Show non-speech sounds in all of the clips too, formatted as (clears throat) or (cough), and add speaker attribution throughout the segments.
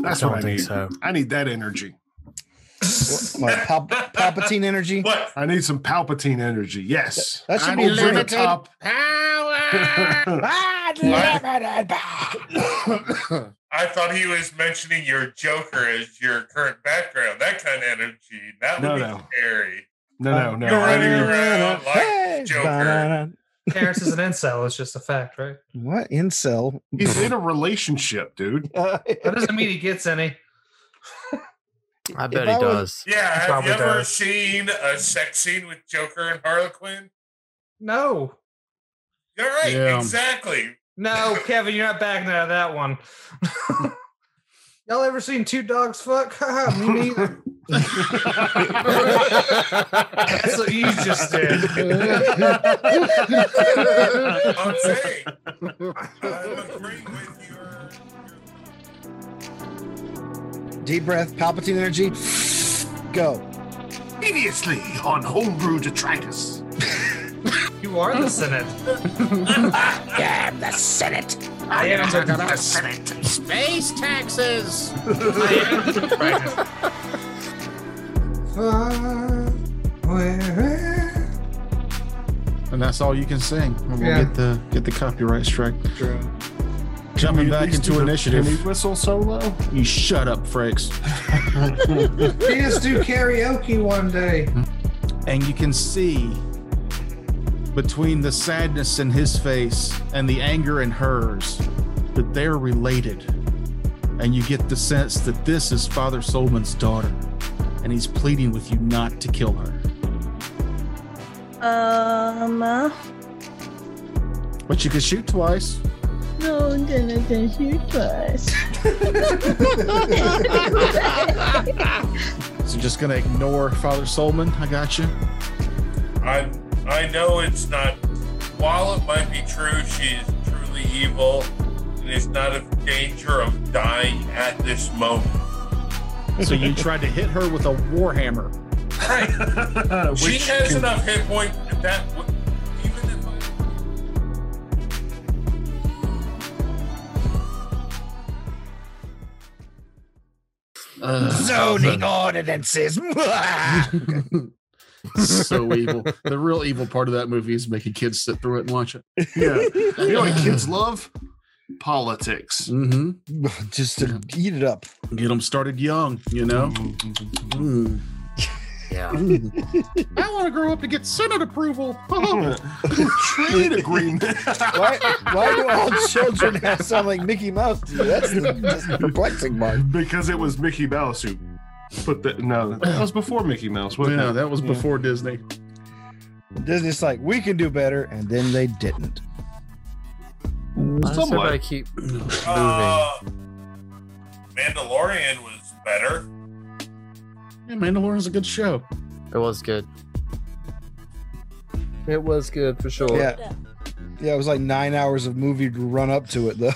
Speaker 1: That's
Speaker 2: I
Speaker 1: what
Speaker 2: don't
Speaker 1: I
Speaker 2: think
Speaker 1: need.
Speaker 2: so.
Speaker 1: I need that energy.
Speaker 3: My
Speaker 4: (laughs)
Speaker 3: Pal- Palpatine energy.
Speaker 4: What?
Speaker 1: I need some Palpatine energy. Yes,
Speaker 3: That should
Speaker 1: I
Speaker 3: be
Speaker 1: need over the
Speaker 3: limited. (laughs)
Speaker 1: top.
Speaker 3: Ah, limited.
Speaker 4: I thought he was mentioning your Joker as your current background. That kind of energy. That would
Speaker 1: No,
Speaker 4: be
Speaker 1: no.
Speaker 4: scary.
Speaker 1: No, no, no.
Speaker 4: You're running
Speaker 1: I need-
Speaker 4: around like
Speaker 3: Hey,
Speaker 4: Joker.
Speaker 3: ba-da-da.
Speaker 2: Terrence is an incel. It's just a fact, right?
Speaker 3: What incel?
Speaker 1: He's in a relationship, dude.
Speaker 3: (laughs)
Speaker 2: That doesn't mean he gets any.
Speaker 5: I bet
Speaker 3: I
Speaker 5: he does.
Speaker 3: was-
Speaker 4: Yeah, have
Speaker 2: probably
Speaker 4: you ever
Speaker 2: does.
Speaker 4: seen a sex scene with Joker and Harlequin?
Speaker 2: No,
Speaker 4: You're right,
Speaker 6: Yeah.
Speaker 4: exactly.
Speaker 2: (laughs) no, Kevin, you're not backing out of that one. Y'all ever seen two dogs fuck? Haha, Me neither.
Speaker 5: (laughs)
Speaker 2: (laughs) That's what you just did.
Speaker 4: I'm saying. I'm agreeing with your.
Speaker 3: Deep breath, Palpatine energy. Go.
Speaker 1: Previously on Homebrew Detritus.
Speaker 2: You are the Senate.
Speaker 3: I'm the Senate.
Speaker 2: I am the
Speaker 6: Space taxes.
Speaker 2: Senate.
Speaker 6: And that's all you can sing. We'll
Speaker 2: Yeah.
Speaker 6: get the get the copyright strike.
Speaker 3: True.
Speaker 6: Jumping back into initiative.
Speaker 1: Penny whistle solo.
Speaker 6: You shut up, Frakes.
Speaker 2: Please do karaoke one day.
Speaker 6: and you can see between the sadness in his face and the anger in hers that they're related. And you get the sense that this is Father Solman's daughter, and he's pleading with you not to kill her.
Speaker 7: Um, uh,
Speaker 6: But you can shoot twice.
Speaker 7: no, I'm gonna get you twice.
Speaker 6: So just gonna ignore Father Solman. I got you.
Speaker 4: I I know it's not. While it might be true, she is truly evil, and is not of danger of dying at this moment.
Speaker 6: So (laughs) you tried to hit her with a warhammer.
Speaker 4: Right. she
Speaker 1: Which
Speaker 4: has
Speaker 1: can-
Speaker 4: enough hit point that w- even if I.
Speaker 1: (laughs)
Speaker 3: Zoning ordinances. Mwah!
Speaker 6: so evil. The real evil part of that movie is making kids sit through it and watch it.
Speaker 1: Yeah. You know what kids love?
Speaker 3: (laughs)
Speaker 1: Politics.
Speaker 6: Mm-hmm.
Speaker 3: Just to eat it up.
Speaker 6: Get them started young, you know? Mm.
Speaker 5: Yeah.
Speaker 6: Mm. (laughs) I want to grow up to get Senate (laughs) approval.
Speaker 1: Trade agreement.
Speaker 3: Why, why do all children have sound like Mickey Mouse to you? That's the that's the perplexing part.
Speaker 1: because it was Mickey Mouse who put the no. (clears throat) That was before Mickey Mouse, wasn't
Speaker 6: yeah,
Speaker 1: it?
Speaker 6: that was
Speaker 1: Yeah.
Speaker 6: before Disney.
Speaker 3: Disney's like, we can do better, and then they didn't.
Speaker 5: Why does
Speaker 1: Somewhat.
Speaker 5: everybody keep moving?
Speaker 4: Uh, Mandalorian was better.
Speaker 6: Yeah, Mandalorian's a good show.
Speaker 5: It was good. It was good for sure. (laughs)
Speaker 3: Yeah. Yeah, it was like nine hours of movie to run up to it, though.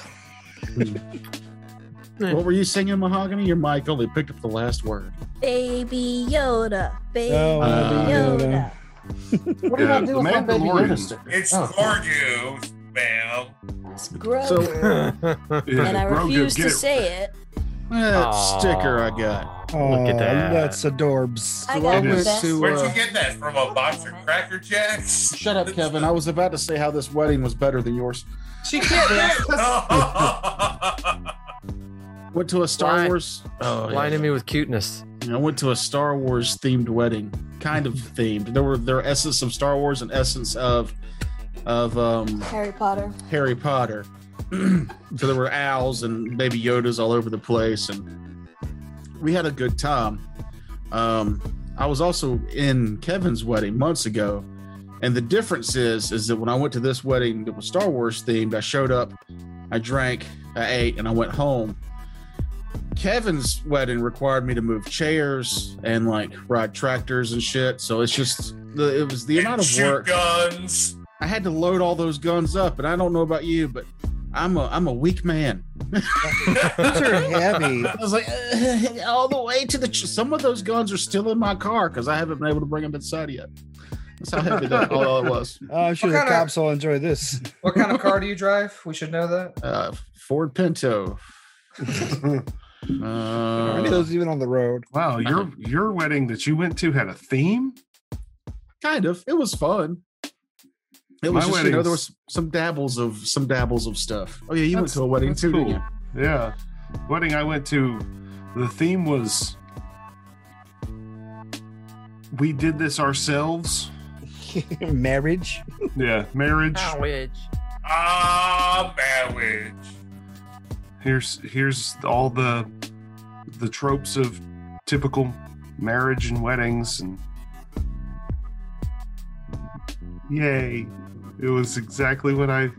Speaker 6: What were you singing, Mahogany? Your mic only picked up the last word.
Speaker 7: Baby Yoda, Oh, baby
Speaker 3: No,
Speaker 6: Uh,
Speaker 7: Yoda.
Speaker 2: What did I
Speaker 1: The
Speaker 2: do with my baby
Speaker 1: Mandalorian.
Speaker 2: Yoda?
Speaker 4: It's
Speaker 2: Oh.
Speaker 4: Gorgu, ma'am.
Speaker 7: It's gross.
Speaker 6: So,
Speaker 1: Yeah,
Speaker 7: (laughs) and I
Speaker 1: Grogu,
Speaker 7: refuse
Speaker 1: get
Speaker 7: to
Speaker 1: it.
Speaker 7: say it.
Speaker 6: that sticker I got.
Speaker 5: Look at that.
Speaker 3: That's adorbs.
Speaker 7: I
Speaker 6: So
Speaker 7: got
Speaker 6: I
Speaker 7: the
Speaker 1: went
Speaker 7: best.
Speaker 6: to,
Speaker 4: Where'd
Speaker 6: uh,
Speaker 4: you get that from? A box of Cracker Jacks?
Speaker 6: Shut up, Kevin. I was about to say how this wedding was better than yours.
Speaker 2: She can't dance.
Speaker 6: Went to a Star
Speaker 5: Why-
Speaker 6: Wars. Oh, yeah.
Speaker 5: Blinded me with cuteness.
Speaker 6: And I went to a Star Wars themed wedding, kind of themed. There were their essence of Star Wars and essence of of um,
Speaker 7: Harry Potter.
Speaker 6: Harry Potter. (clears throat) so there were owls and baby Yodas all over the place, and we had a good time. Um, I was also in Kevin's wedding months ago, and the difference is is that when I went to this wedding that was Star Wars themed, I showed up, I drank, I ate, and I went home. Kevin's wedding required me to move chairs and like ride tractors and shit. So it's just the it was the amount
Speaker 4: and (laughs)
Speaker 6: of
Speaker 4: shoot
Speaker 6: work.
Speaker 4: guns.
Speaker 6: I had to load all those guns up, and I don't know about you, but I'm a I'm a weak man.
Speaker 3: Those are (laughs) heavy.
Speaker 6: I was like, (laughs) all the way to the. Ch- Some of those guns are still in my car because I haven't been able to bring them inside yet. That's how heavy that all it was.
Speaker 3: Oh, I'm sure
Speaker 2: What
Speaker 3: the
Speaker 2: kinda-
Speaker 3: cops will enjoy this.
Speaker 2: What kind of car do you drive? We should know that.
Speaker 6: Uh, Ford Pinto.
Speaker 3: Are any of
Speaker 6: Uh,
Speaker 3: those even on the road?
Speaker 1: Wow, your your wedding that you went to had a theme.
Speaker 6: kind of. It was fun. It was
Speaker 1: My
Speaker 6: just, you know,
Speaker 1: weddings-
Speaker 6: there was some dabbles of some dabbles of stuff. Oh yeah, you went
Speaker 1: That's-
Speaker 6: to a wedding
Speaker 1: that's
Speaker 6: too, didn't
Speaker 1: cool.
Speaker 6: you?
Speaker 1: Yeah, wedding I went to, the theme was we did this ourselves.
Speaker 3: (laughs) Marriage.
Speaker 1: (laughs) Yeah, marriage.
Speaker 7: Oh,
Speaker 4: Ah, marriage.
Speaker 1: Here's here's all the the tropes of typical marriage and weddings and yay. It was exactly what I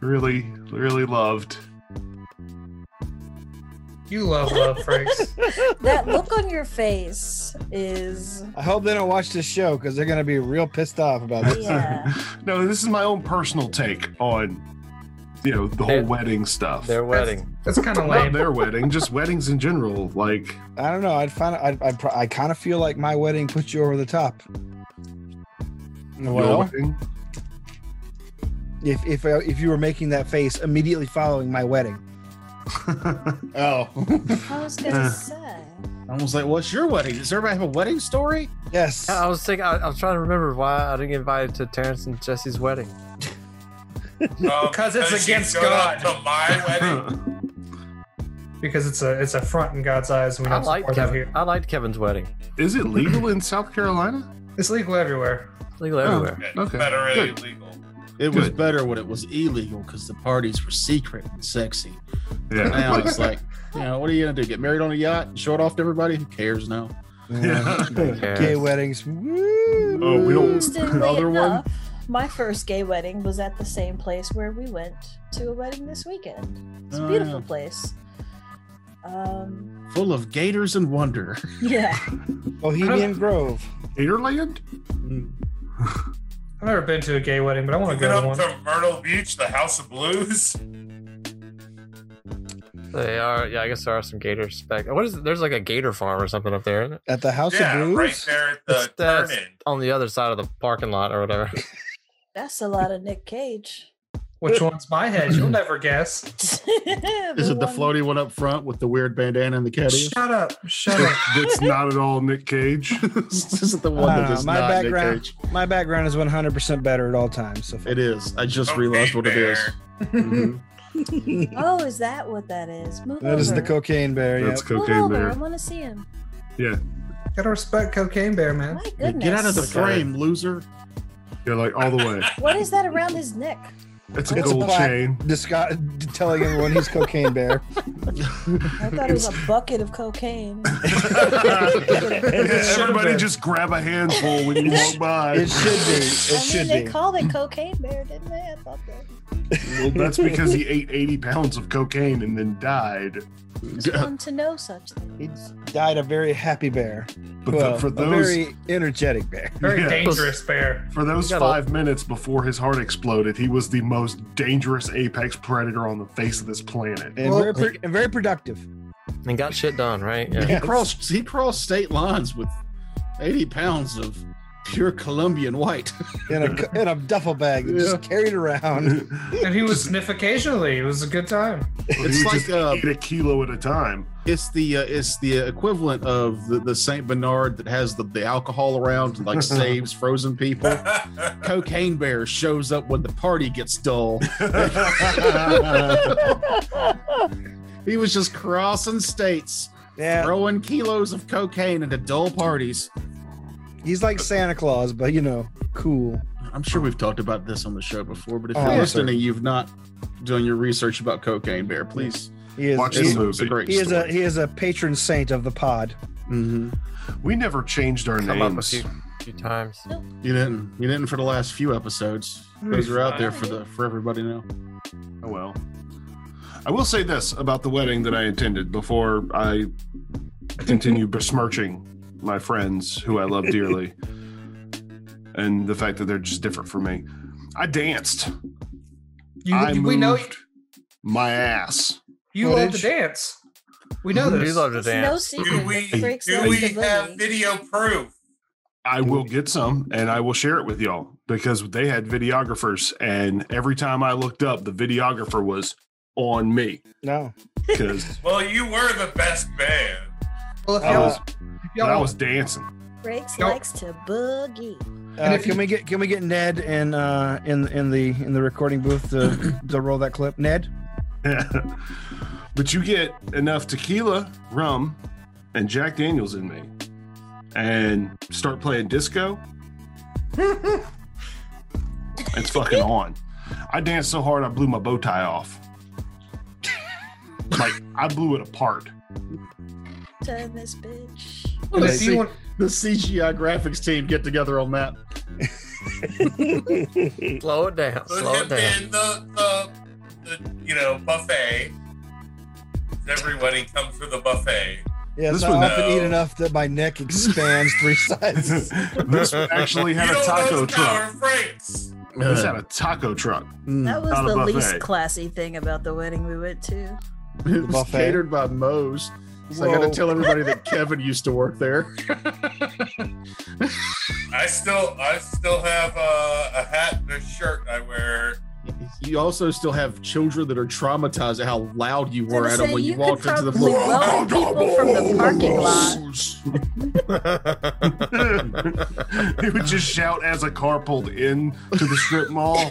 Speaker 1: really really loved.
Speaker 2: You love love, Franks.
Speaker 7: That look on your face is
Speaker 3: I hope they don't watch this show because they're gonna be real pissed off about this.
Speaker 7: yeah.
Speaker 1: (laughs) No, this is my own personal take on you know the whole
Speaker 5: Their-
Speaker 1: wedding stuff.
Speaker 5: Their wedding.
Speaker 2: That's kind of
Speaker 1: Not
Speaker 2: lame.
Speaker 1: their wedding, just weddings in general. Like
Speaker 3: I don't know. I'd find. I'd, I'd pro- I kind of feel like my wedding put you over the top.
Speaker 1: your
Speaker 3: Well,
Speaker 1: wedding.
Speaker 3: if if if you were making that face immediately following my wedding. oh.
Speaker 7: I was
Speaker 6: Uh,
Speaker 7: gonna say.
Speaker 6: (laughs) I was like, "What's your wedding? Does everybody have a wedding story?"
Speaker 3: yes.
Speaker 5: I was thinking. I, I was trying to remember why I didn't get invited to Terrence and Jesse's wedding.
Speaker 4: Um,
Speaker 2: Because it's
Speaker 4: does she
Speaker 2: against
Speaker 4: go
Speaker 2: God.
Speaker 4: To my wedding.
Speaker 2: Because it's a it's a front in God's eyes, and we
Speaker 5: I
Speaker 2: don't
Speaker 5: liked
Speaker 2: support that here.
Speaker 5: Kevin. I liked Kevin's wedding.
Speaker 1: Is it legal in South Carolina?
Speaker 2: It's legal everywhere.
Speaker 5: Legal
Speaker 3: Oh.
Speaker 5: everywhere.
Speaker 4: It's
Speaker 1: Okay,
Speaker 4: Federally
Speaker 1: good.
Speaker 4: legal.
Speaker 6: It was
Speaker 1: Good.
Speaker 6: better when it was illegal because the parties were secret and sexy.
Speaker 1: Yeah.
Speaker 6: Now it's like, you know, what are you gonna do? Get married on a yacht and show it off to everybody? Who cares now?
Speaker 5: (laughs)
Speaker 1: yeah.
Speaker 5: Terrence.
Speaker 3: Gay weddings. Woo.
Speaker 1: (laughs) Oh, we don't. (laughs)
Speaker 7: Interestingly
Speaker 1: Other one.
Speaker 7: enough, my first gay wedding was at the same place where we went to a wedding this weekend. It's a
Speaker 6: Oh,
Speaker 7: beautiful
Speaker 6: yeah.
Speaker 7: place. Um, (laughs)
Speaker 6: Full of gators and wonder. (laughs)
Speaker 7: yeah.
Speaker 3: Bohemian Grove.
Speaker 1: Gatorland.
Speaker 2: I've never been to a gay wedding, but I want to
Speaker 4: Get
Speaker 2: go to
Speaker 4: up
Speaker 2: one.
Speaker 4: to Myrtle Beach, the House of Blues.
Speaker 5: They are. Yeah, I guess there are some gators back. What is? There's like a gator farm or something up there. Isn't it?
Speaker 3: At the House
Speaker 4: yeah,
Speaker 3: of Blues.
Speaker 4: right there at the
Speaker 5: It's-
Speaker 4: turn
Speaker 5: that's-
Speaker 4: in.
Speaker 5: On the other side of the parking lot or whatever. (laughs)
Speaker 7: That's a lot of Nick Cage. (laughs)
Speaker 2: Which one's my head? You'll never guess.
Speaker 7: (clears throat)
Speaker 6: Is it the
Speaker 7: one-
Speaker 6: floaty one up front with the weird bandana and
Speaker 3: (laughs)
Speaker 6: the caddy?
Speaker 2: Shut up! Shut up!
Speaker 1: That's not at all Nick Cage.
Speaker 6: this isn't the one that
Speaker 3: Uh,
Speaker 6: (laughs) is
Speaker 3: my
Speaker 6: not Nick
Speaker 3: background-
Speaker 6: Cage.
Speaker 3: My background is 100% better at all times. So
Speaker 6: It is. I just
Speaker 4: Okay,
Speaker 6: realized what it is.
Speaker 4: bear.
Speaker 6: Mhm.
Speaker 7: (laughs) Oh, is that what that is? Move
Speaker 3: that is the
Speaker 7: over.
Speaker 3: cocaine bear.
Speaker 1: That's
Speaker 3: yep.
Speaker 7: Move
Speaker 1: cocaine
Speaker 7: over. I
Speaker 1: bear.
Speaker 7: want to see him.
Speaker 2: Gotta respect Cocaine Bear, man.
Speaker 7: My
Speaker 6: Yeah,
Speaker 7: goodness.
Speaker 6: Get out of the
Speaker 5: Okay.
Speaker 6: frame, loser.
Speaker 1: You're like all the way.
Speaker 7: What is that around his neck?
Speaker 1: It's a
Speaker 3: It's a
Speaker 1: gold
Speaker 3: plaque. (laughs)
Speaker 1: chain. (laughs)
Speaker 3: Disco- telling everyone he's cocaine (laughs) bear.
Speaker 7: I thought it was a bucket of cocaine.
Speaker 2: should've
Speaker 1: Everybody
Speaker 2: been.
Speaker 1: just grab a handful when you walk by.
Speaker 3: It should be. It
Speaker 7: I mean,
Speaker 3: should
Speaker 7: they
Speaker 3: be.
Speaker 7: called it cocaine bear, didn't they? I thought that.
Speaker 1: Well, that's because he ate 80 pounds of cocaine and then died.
Speaker 7: Come to know such things.
Speaker 3: He died a very happy bear.
Speaker 1: But the-
Speaker 3: well,
Speaker 1: for
Speaker 3: a
Speaker 1: those
Speaker 3: very energetic bear.
Speaker 2: Very
Speaker 1: Yeah.
Speaker 2: dangerous bear.
Speaker 1: for those
Speaker 5: You gotta-
Speaker 1: five minutes before his heart exploded, he was the most dangerous apex predator on the face of this planet.
Speaker 3: And,
Speaker 2: Well-
Speaker 3: very, pro- and very productive.
Speaker 5: And got shit done, right? Yeah.
Speaker 6: He crossed. He crossed state lines with eighty pounds of pure Colombian white.
Speaker 3: In a,
Speaker 1: (laughs)
Speaker 3: co- in a duffel bag that just carried around.
Speaker 2: And he would sniff occasionally. It was a good time.
Speaker 1: he
Speaker 6: It's
Speaker 1: would
Speaker 6: like
Speaker 1: just
Speaker 6: uh,
Speaker 1: eat a kilo at a time.
Speaker 6: it's the uh, it's the equivalent of the, the Saint Bernard that has the, the alcohol
Speaker 3: (laughs)
Speaker 6: around and like saves frozen people. Cocaine Bear shows up when the party gets dull. (laughs) he was just crossing states,
Speaker 3: Yeah,
Speaker 6: throwing kilos of cocaine into dull parties.
Speaker 3: he's like Santa Claus, but you know, cool.
Speaker 6: I'm sure we've talked about this on the show before, but if
Speaker 3: Oh,
Speaker 6: you're
Speaker 3: yeah.
Speaker 6: listening, you've not done your research about Cocaine Bear, please.
Speaker 3: He is.
Speaker 1: Watch
Speaker 3: he,
Speaker 1: the
Speaker 6: It's a
Speaker 1: movie.
Speaker 6: great
Speaker 3: he is a
Speaker 6: story.
Speaker 3: he is a patron saint of the pod.
Speaker 6: Mhm.
Speaker 1: We never changed our
Speaker 5: Come up a
Speaker 1: names.
Speaker 5: few, few times.
Speaker 6: You didn't. You didn't for the last few episodes. Those are out there for the for everybody now.
Speaker 1: Oh well. I will say this about the wedding that I attended before I continue besmirching my friends who I love dearly
Speaker 2: (laughs)
Speaker 1: and the fact that they're just different from me. I danced.
Speaker 2: You,
Speaker 1: I
Speaker 2: we know
Speaker 1: moved my ass.
Speaker 2: you love to
Speaker 3: footage.
Speaker 2: dance. We know
Speaker 5: (laughs) You
Speaker 2: this.
Speaker 5: love to
Speaker 7: It's no
Speaker 5: dance.
Speaker 7: secret.
Speaker 4: Do we,
Speaker 7: that Drake's
Speaker 4: do
Speaker 7: loves
Speaker 4: we
Speaker 7: to
Speaker 4: have
Speaker 7: boogie.
Speaker 4: video proof?
Speaker 1: I will get some and I will share it with y'all because they had videographers and every time I looked up the videographer was on me
Speaker 3: No.
Speaker 2: (laughs)
Speaker 1: because
Speaker 4: Well, you were the best man.
Speaker 2: Well, if
Speaker 1: I
Speaker 2: y'all,
Speaker 1: was
Speaker 2: if y'all
Speaker 1: I was dancing.
Speaker 7: Riggs
Speaker 2: Nope.
Speaker 7: likes to boogie.
Speaker 2: And
Speaker 3: Uh,
Speaker 2: if
Speaker 3: can
Speaker 2: you-
Speaker 3: we get can we get Ned in uh in in the in the recording booth (coughs) to to roll that clip? Ned,
Speaker 1: (laughs) but you get enough tequila, rum, and Jack Daniels in me, and start playing
Speaker 4: (laughs)
Speaker 1: disco. it's fucking on. I danced so hard I blew my bow tie
Speaker 4: (laughs)
Speaker 1: off. like I blew it
Speaker 4: (laughs)
Speaker 1: apart.
Speaker 7: Turn this bitch.
Speaker 2: and if
Speaker 6: See-
Speaker 2: you want,
Speaker 6: The CGI graphics team get together on that.
Speaker 5: Slow it down.
Speaker 4: Put
Speaker 5: Slow it
Speaker 4: him
Speaker 5: down.
Speaker 4: in the, the, the, you know, buffet. Everybody comes to the buffet.
Speaker 3: yes,
Speaker 1: This
Speaker 3: I
Speaker 1: one-
Speaker 3: often
Speaker 4: No.
Speaker 3: eat enough that my neck expands (laughs) three sizes.
Speaker 1: this actually
Speaker 4: you
Speaker 1: had a
Speaker 4: don't
Speaker 1: taco
Speaker 4: know
Speaker 1: truck.
Speaker 4: Tower Franks.
Speaker 1: This
Speaker 6: Uh, (laughs)
Speaker 1: had a taco truck. (laughs)
Speaker 3: Mm.
Speaker 7: That was
Speaker 1: Not a
Speaker 7: the least
Speaker 1: buffet.
Speaker 7: classy thing about the wedding we went to.
Speaker 6: it was
Speaker 3: buffet.
Speaker 6: catered by Moe's. So I got
Speaker 3: Whoa.
Speaker 6: to tell everybody that Kevin used to work there.
Speaker 4: I still, I still have uh, a, a hat and a shirt I wear.
Speaker 6: You also still have children that are traumatized at how loud you
Speaker 7: I
Speaker 6: were
Speaker 7: was
Speaker 6: at
Speaker 7: gonna
Speaker 6: them
Speaker 7: say,
Speaker 6: when you,
Speaker 7: you could
Speaker 6: walked into the
Speaker 7: probably
Speaker 6: floor.
Speaker 7: welcome people from the parking lot.
Speaker 1: he would just shout as a car pulled in to the strip mall,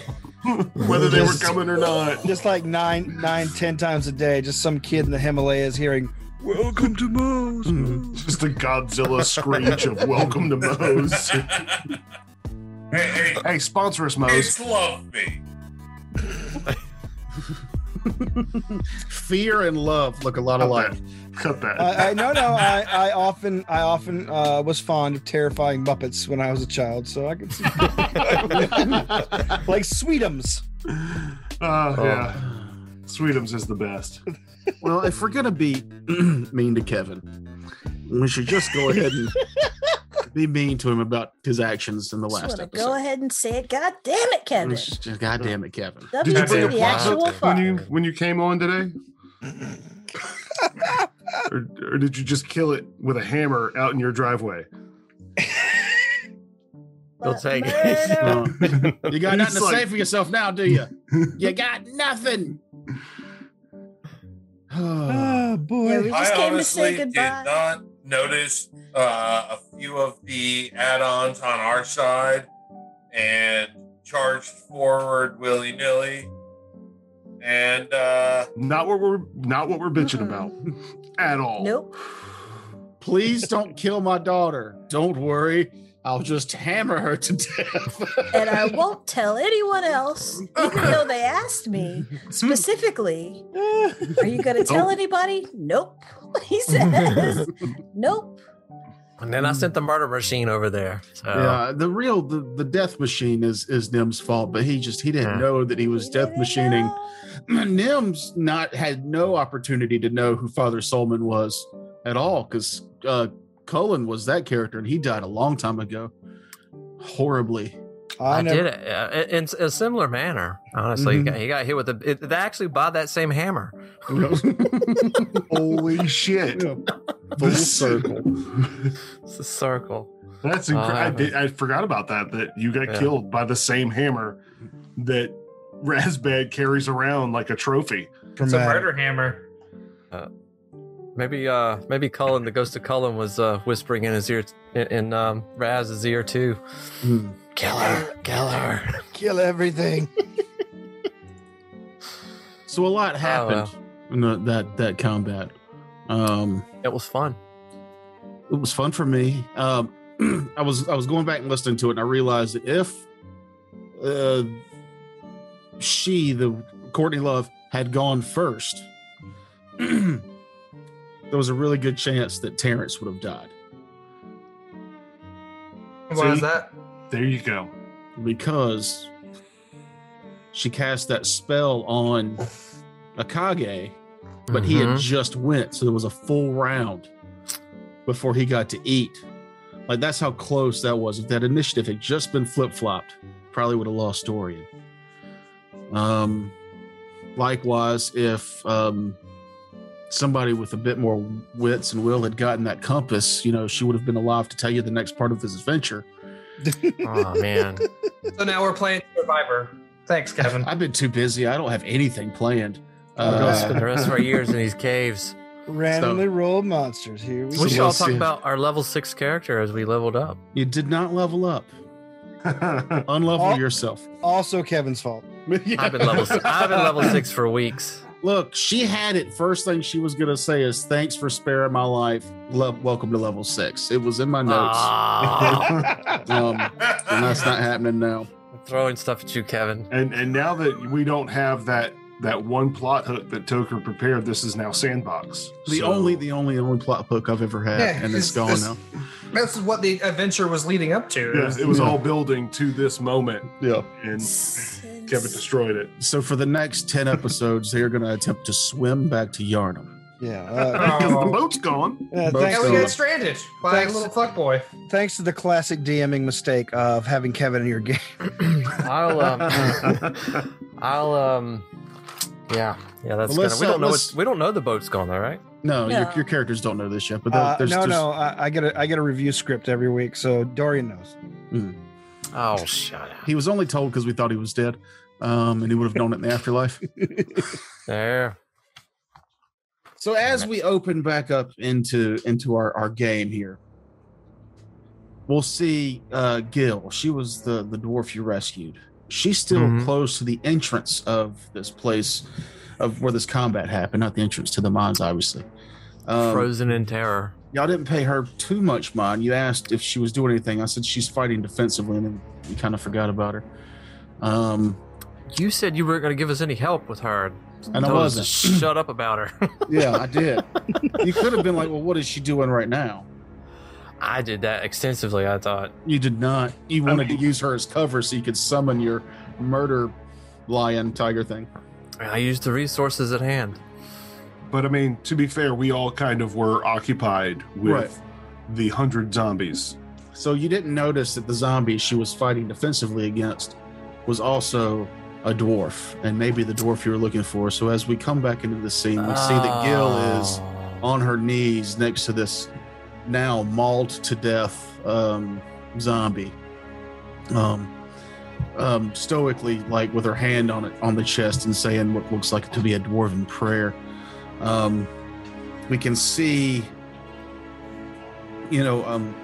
Speaker 1: whether they were
Speaker 3: Just-
Speaker 1: coming or not.
Speaker 3: (laughs) just like nine, nine, ten times a day, just some kid in the Himalayas hearing
Speaker 1: Welcome to Moe's. Just a Godzilla screech of welcome to Moe's.
Speaker 4: Hey, hey,
Speaker 1: Hey, sponsor us, Moe's.
Speaker 4: it's love me.
Speaker 6: Fear and love look a lot alike.
Speaker 1: Cut that.
Speaker 7: Uh,
Speaker 3: I, I no no I, I often I often uh, was fond of terrifying Muppets when I was a child, so I could (laughs) see like Sweetums.
Speaker 1: Uh, yeah.
Speaker 6: Oh.
Speaker 1: Sweetums is the best.
Speaker 6: Well, if we're gonna be (clears throat) mean to Kevin, we should just
Speaker 7: (laughs)
Speaker 6: go ahead and be mean to him about his actions in the
Speaker 7: Just
Speaker 6: last
Speaker 7: want to
Speaker 6: episode.
Speaker 7: go ahead and say it. God damn it, Kevin.
Speaker 6: It's just- God damn it, Kevin.
Speaker 1: Did you
Speaker 7: W
Speaker 1: bring
Speaker 7: to
Speaker 1: a
Speaker 7: the
Speaker 1: closet
Speaker 7: actual
Speaker 1: when
Speaker 7: fuck.
Speaker 1: you when you came on
Speaker 7: (laughs)
Speaker 1: today? or, or did you just kill it with a hammer out in your driveway?
Speaker 5: They'll
Speaker 7: But
Speaker 5: take it. (laughs)
Speaker 7: murder.
Speaker 6: No. you got nothing
Speaker 1: He's
Speaker 6: to
Speaker 1: like-
Speaker 6: say for yourself now,
Speaker 1: (laughs)
Speaker 6: do you? You got nothing. (sighs)
Speaker 3: oh
Speaker 7: Yeah,
Speaker 3: boy.
Speaker 7: we just
Speaker 4: I
Speaker 7: came to
Speaker 4: honestly
Speaker 7: say
Speaker 4: did
Speaker 7: goodbye.
Speaker 4: not notice uh, a few of the add-ons on our side and charged forward willy-nilly. And uh,
Speaker 1: Not what we're not what we're bitching about at all.
Speaker 7: oh, Nope.
Speaker 6: Please don't kill my daughter. Don't worry. I'll just hammer her to
Speaker 7: (laughs)
Speaker 6: death.
Speaker 7: And I won't tell anyone else, even though they asked me specifically, are you going to tell anybody? Nope. (laughs) He says, nope.
Speaker 5: And then I sent the murder machine over there. So
Speaker 6: (laughs) yeah, the real the, the death machine is is Nim's fault, but he just he didn't
Speaker 5: Yeah.
Speaker 6: know that he was
Speaker 7: He
Speaker 6: death
Speaker 7: didn't
Speaker 6: machining. (clears throat)
Speaker 7: know.
Speaker 6: Nim's not had no opportunity to know who Father Solman was at all because uh, Cullen was that character and he died a long time ago, horribly.
Speaker 5: I,
Speaker 3: never-
Speaker 5: did it uh, in, in a similar manner. Honestly,
Speaker 6: Mhm.
Speaker 5: he, got, he got hit with the. It, they actually bought that same hammer.
Speaker 7: (laughs)
Speaker 1: Holy shit.
Speaker 6: Full circle.
Speaker 5: It's a circle.
Speaker 1: That's
Speaker 5: Uh,
Speaker 1: incredible. I, did- I forgot about that. That you got
Speaker 5: Yeah.
Speaker 1: killed by the same hammer that Razbad carries around like a trophy.
Speaker 2: it's a
Speaker 3: Dramatic.
Speaker 2: murder hammer.
Speaker 5: Maybe, uh, maybe Cullen, the ghost of Cullen, was uh, whispering in his ear, in, in um, Raz's ear too.
Speaker 6: Hmm.
Speaker 5: Kill her, kill her.
Speaker 3: Kill (laughs) everything.
Speaker 6: So a lot happened
Speaker 5: well.
Speaker 6: in the, that that combat. Um,
Speaker 5: It was fun.
Speaker 6: it was fun for me. Um, (clears throat) I was I was going back and listening to it, and I realized that if uh, she, the Courtney Love, had gone first, (clears throat) there was a really good chance that Terrence would have died
Speaker 2: Why is
Speaker 1: See?
Speaker 2: that?
Speaker 1: There you go. (laughs)
Speaker 6: because she cast that spell on Akage, but he had
Speaker 5: Mhm.
Speaker 6: just went, so there was a full round before he got to eat. Like that's how close that was. If that initiative had just been flip flopped, probably would have lost Dorian. Um, likewise, if um, somebody with a bit more wits and will had gotten that compass, you know, she would have been alive to tell you the next part of this adventure. (laughs)
Speaker 5: Oh man,
Speaker 2: So now we're playing Survivor. Thanks, Kevin.
Speaker 6: I've been too busy. I don't have anything planned.
Speaker 5: We're gonna spend
Speaker 6: Uh,
Speaker 5: the rest of our years in these caves.
Speaker 3: (laughs) Randomly rolled monsters. Here we
Speaker 5: We should
Speaker 3: go.
Speaker 5: all
Speaker 6: let's
Speaker 5: talk
Speaker 6: see.
Speaker 5: about our level six character as we leveled up.
Speaker 6: you did not level up. Unlevel
Speaker 3: Oh.
Speaker 6: yourself.
Speaker 3: Also Kevin's fault.
Speaker 5: (laughs) I've been level. si- I've been
Speaker 1: (laughs)
Speaker 5: level six for (laughs) weeks.
Speaker 6: Look, she had it. First thing she was gonna say is, "Thanks for sparing my life." Love, welcome to level six. It was in my notes.
Speaker 5: Ah,
Speaker 6: Um, and that's not happening now.
Speaker 5: throwing stuff at you, Kevin.
Speaker 1: and and now that we don't have that that one plot hook that Toker prepared, this is now sandbox.
Speaker 6: The
Speaker 1: So-
Speaker 6: only, the only, only plot book I've ever had, and it's gone
Speaker 2: this-
Speaker 6: now.
Speaker 2: That's what the adventure was leading up to.
Speaker 1: Yeah, it was
Speaker 6: Yeah.
Speaker 1: all building to this moment,
Speaker 6: Yeah.
Speaker 1: and
Speaker 7: Since-
Speaker 1: Kevin destroyed it.
Speaker 6: So for the next ten episodes, they are going to attempt to swim back to Yarnum.
Speaker 3: Yeah. Uh,
Speaker 2: Oh.
Speaker 1: Because (laughs) the boat's gone.
Speaker 3: uh,
Speaker 6: Both
Speaker 3: thanks,
Speaker 2: And
Speaker 6: so-
Speaker 2: we
Speaker 3: to,
Speaker 2: got stranded by
Speaker 3: Thanks.
Speaker 2: a little fuck boy.
Speaker 3: thanks to the classic DMing mistake of having Kevin in your (laughs) game.
Speaker 5: I'll
Speaker 6: (laughs)
Speaker 5: um,
Speaker 1: (laughs)
Speaker 5: I'll um, yeah, yeah. That's
Speaker 6: Let's,
Speaker 5: gonna. We
Speaker 6: uh,
Speaker 5: don't know.
Speaker 6: let's-
Speaker 5: What's, we don't know the boat's gone though, right?
Speaker 6: No, Your,
Speaker 7: No.
Speaker 6: your characters don't know this yet, but there-
Speaker 3: Uh,
Speaker 6: there's
Speaker 3: no,
Speaker 6: just,
Speaker 3: no, I, I get a I get a review script every week, so Dorian knows.
Speaker 5: Oh, shut up.
Speaker 6: He was only told because we thought he was dead, um, and he would have known it in the afterlife.
Speaker 5: There.
Speaker 6: So as we open back up into into our our game here, we'll see uh, Gil. She was the the dwarf you rescued. She's still
Speaker 5: Mhm.
Speaker 6: close to the entrance of this place, of where this combat happened. Not the entrance to the mines, obviously. Um,
Speaker 5: Frozen in terror.
Speaker 6: y'all didn't pay her too much mind. You asked if she was doing anything. I said she's fighting defensively, and then you kind of forgot about her. Um,
Speaker 5: You said you weren't going to give us any help with her.
Speaker 6: and I
Speaker 5: Told us to
Speaker 6: wasn't.
Speaker 5: shut up about her.
Speaker 6: (laughs)
Speaker 5: (laughs)
Speaker 6: yeah, I did. you could have been like, "Well, what is she doing right now?"
Speaker 5: I did that extensively. I thought.
Speaker 6: You did not. You wanted
Speaker 1: mean-
Speaker 6: to use her as cover so you could summon your murder lion tiger thing.
Speaker 5: I used the resources at hand.
Speaker 1: But I mean, to be fair, we all kind of were occupied with the hundred zombies.
Speaker 6: So you didn't notice that the zombie she was fighting defensively against was also a dwarf, and maybe the dwarf you were looking for. So as we come back into the scene, we see that Gil is
Speaker 5: Oh.
Speaker 6: on her knees next to this now mauled to death um, zombie. Um, um, stoically, like with her hand on it on the chest and saying what looks like to be a dwarven prayer. Um, we can see, you know, um,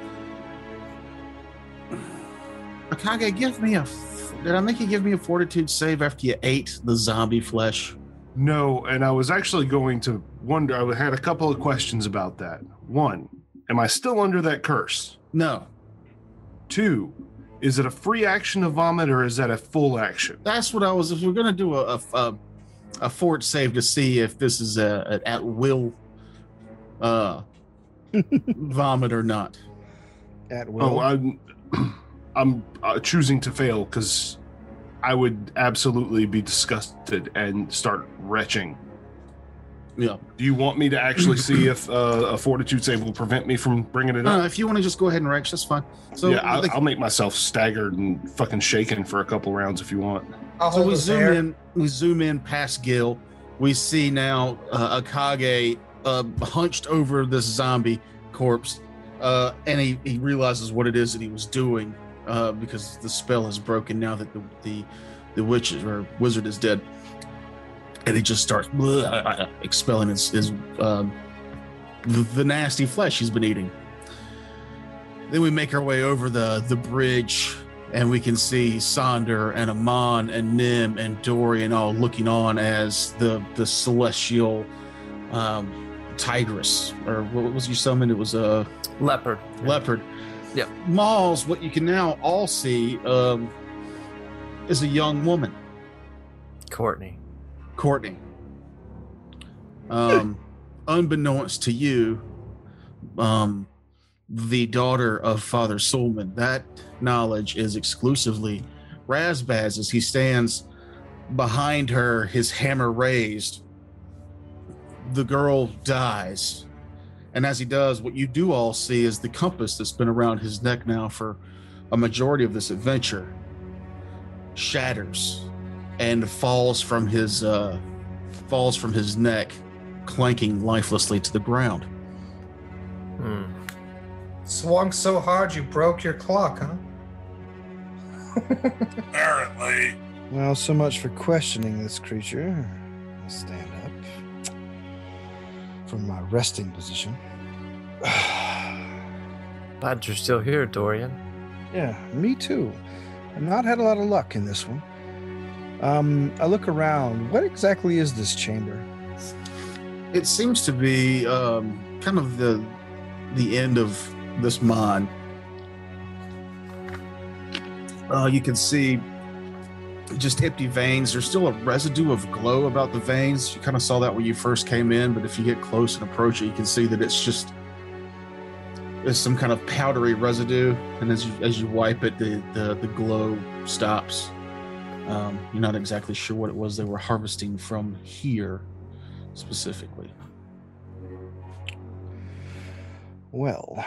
Speaker 6: Akage, give me a. f- Did I make you give me a fortitude save after you ate the zombie flesh?
Speaker 1: No, and I was actually going to wonder. I had a couple of questions about that. One, am I still under that curse?
Speaker 6: No,
Speaker 1: Two, is it a free action to vomit or is that a full action?
Speaker 6: That's what I was. If we're gonna do a a, a, a fort save to see if this is a, an at will uh vomit or not.
Speaker 3: At
Speaker 1: Oh,
Speaker 3: will.
Speaker 1: I'm (clears throat) I'm uh, choosing to fail because I would absolutely be disgusted and start retching.
Speaker 6: Yeah.
Speaker 1: Do you want me to actually see if uh, a fortitude save will prevent me from bringing it
Speaker 6: No,
Speaker 1: up?
Speaker 6: if you want to just go ahead and wreck, that's fine. So
Speaker 1: yeah, I'll,
Speaker 6: the-
Speaker 1: I'll make myself staggered and fucking shaken for a couple rounds if you want.
Speaker 2: I'll
Speaker 6: so
Speaker 2: hold
Speaker 6: we
Speaker 2: us
Speaker 6: zoom
Speaker 2: there.
Speaker 6: in. We zoom in past Gil. We see now uh, Akage uh, hunched over this zombie corpse, uh, and he, he realizes what it is that he was doing uh, because the spell is broken now that the the, the witch is- or wizard is dead, and he just starts (laughs) bleh, expelling his, his um, the, the nasty flesh he's been eating. Then we make our way over the the bridge and we can see Sonder and Amon and Nim and Dorian all looking on as the the celestial um, tigress or what was you summoned? It was a
Speaker 5: Leopard.
Speaker 6: leopard.
Speaker 5: Yeah.
Speaker 6: Malls. What you can now all see um, is a young woman,
Speaker 5: Courtney.
Speaker 6: Courtney. Um, unbeknownst to you, um, the daughter of Father Solman. That knowledge is exclusively Razbaz as he stands behind her, his hammer raised. The girl dies. And as he does, what you do all see is the compass that's been around his neck now for a majority of this adventure shatters and falls from his uh, falls from his neck, clanking lifelessly to the ground.
Speaker 5: Hmm.
Speaker 2: Swung so hard you broke your clock, huh?
Speaker 4: Apparently.
Speaker 3: Well, so much for questioning this creature. will stand up from my resting position. (sighs)
Speaker 5: Glad you're still here, Dorian.
Speaker 3: Yeah, me too. I've not had a lot of luck in this one. Um, I look around. What exactly is this chamber?
Speaker 6: It seems to be um, kind of the the end of this mine. Uh, you can see just empty veins. There's still a residue of glow about the veins. You kind of saw that when you first came in, but if you get close and approach it, you can see that it's just it's some kind of powdery residue. And as you as you wipe it, the the, the glow stops. Um, you're not exactly sure what it was they were harvesting from here specifically.
Speaker 3: Well,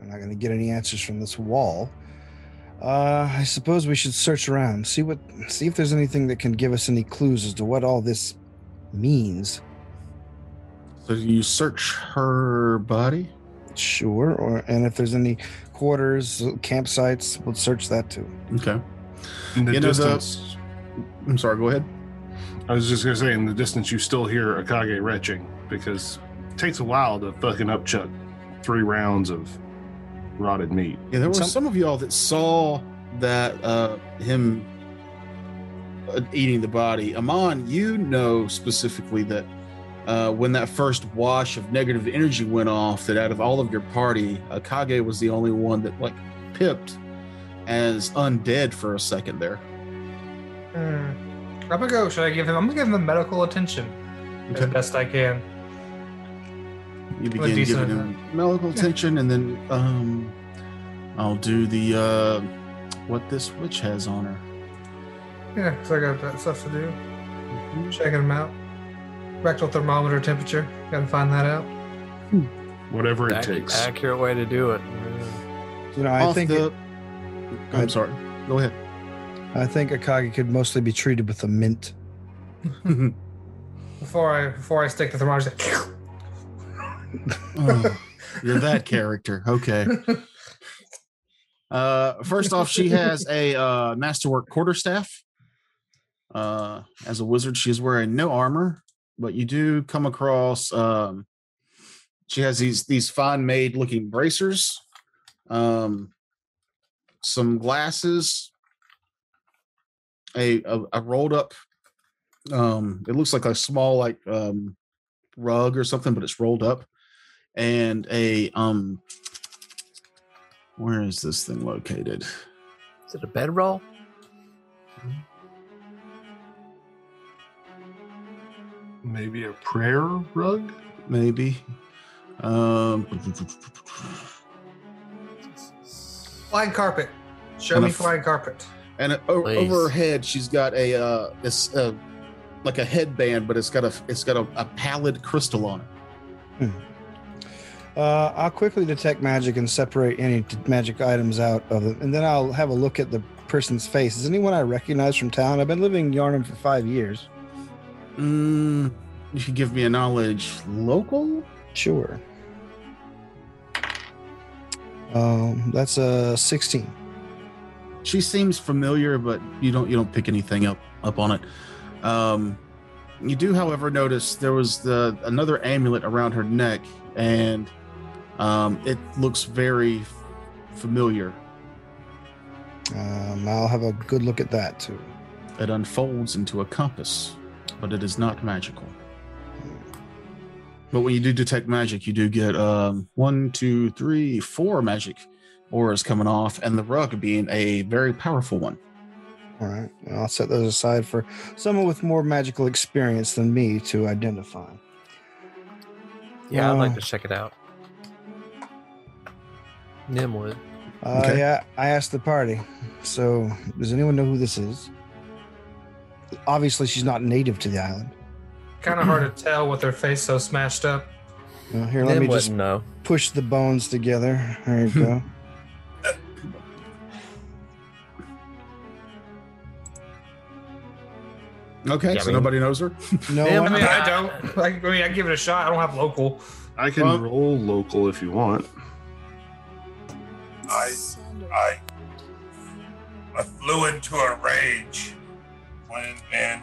Speaker 3: I'm not going to get any answers from this wall. Uh, I suppose we should search around, see what, see if there's anything that can give us any clues as to what all this means.
Speaker 6: So you search her body.
Speaker 3: Sure, or and if there's any quarters, campsites, we'll search that too.
Speaker 6: Okay.
Speaker 1: In the
Speaker 6: You know, the-
Speaker 1: distance,
Speaker 6: I'm sorry. Go ahead.
Speaker 1: I was just gonna say, in the distance, you still hear Akage retching because it takes a while to fucking upchuck three rounds of rotted meat.
Speaker 6: Yeah, there were
Speaker 3: Some-
Speaker 6: some, of y'all that saw that uh, him uh, eating the body. Amon, you know specifically that uh, when that first wash of negative energy went off, that out of all of your party, Akage was the only one that like pipped as undead for a second there.
Speaker 2: Hmm. Rabago, should I give him? I'm gonna give him medical attention as best I can.
Speaker 6: You
Speaker 2: Well,
Speaker 6: begin
Speaker 2: decent
Speaker 6: giving him medical attention, and then um, I'll do the uh, what this witch has on her.
Speaker 2: Yeah, 'cause I got that stuff to do. Checking him out. Rectal thermometer temperature. Gotta find that out.
Speaker 1: Whatever it
Speaker 5: Ac-
Speaker 1: takes.
Speaker 5: Accurate way to do it.
Speaker 3: You know, I
Speaker 6: Off
Speaker 3: think
Speaker 6: the-
Speaker 3: Go
Speaker 6: I'm
Speaker 3: ahead.
Speaker 6: sorry. Go ahead.
Speaker 3: I think Akagi could mostly be treated with a mint.
Speaker 2: Before I before I stick the thermometer.
Speaker 6: Oh, (laughs) you're that character. Okay. Uh, first off, she has a uh, masterwork quarterstaff. Uh, as a wizard, she's wearing no armor, but you do come across. Um, she has these these fine made looking bracers, um, some glasses, a, a a rolled up. Um, it looks like a small like um, rug or something, but it's rolled up, and a um. Where is this thing located?
Speaker 5: Is it a bedroll?
Speaker 1: Maybe a prayer rug.
Speaker 6: Maybe. Um,
Speaker 2: Flying carpet. Show
Speaker 6: And
Speaker 2: me
Speaker 6: a f-
Speaker 2: flying carpet.
Speaker 6: and o-
Speaker 5: Please.
Speaker 6: over her head, she's got a uh, it's uh like a headband, but it's got a it's got a, a pallid crystal on it.
Speaker 3: Uh, I'll quickly detect magic and separate any t- magic items out of them, and then I'll have a look at the person's face. Is anyone I recognize from town? I've been living in Yarnum for five years.
Speaker 6: Mm, you should give me a knowledge local.
Speaker 3: Sure. Um, that's a sixteen.
Speaker 6: She seems familiar, but you don't you don't pick anything up up on it. Um, you do, however, notice there was the another amulet around her neck, and um, it looks very familiar.
Speaker 3: Um, I'll have a good look at that too.
Speaker 6: It unfolds into a compass, but it is not magical. But when you do detect magic, you do get um, one, two, three, four magic auras coming off, and the rug being a very powerful one.
Speaker 3: All right, and I'll set those aside for someone with more magical experience than me to identify.
Speaker 5: Yeah, I'd like
Speaker 3: Uh.
Speaker 5: to check it out. Nim would.
Speaker 3: Uh,
Speaker 6: Okay.
Speaker 3: Yeah, I asked the party. So, does anyone know who this is? Obviously, she's not native to the island.
Speaker 2: Kind of hard to tell with their face so smashed up.
Speaker 3: Well, here, let
Speaker 5: Nim
Speaker 3: me
Speaker 5: wouldn't
Speaker 3: just
Speaker 5: know.
Speaker 3: push the bones together. There you
Speaker 5: (laughs)
Speaker 3: go.
Speaker 6: Okay,
Speaker 5: Yeah,
Speaker 6: so
Speaker 5: I mean-
Speaker 6: nobody knows her.
Speaker 3: No
Speaker 5: Nim,
Speaker 2: I
Speaker 3: one.
Speaker 2: mean, I don't. Like, I mean, I give it a shot. I don't have local.
Speaker 1: I can
Speaker 6: Well-
Speaker 1: roll local if you want.
Speaker 4: I- I- I flew into a rage when and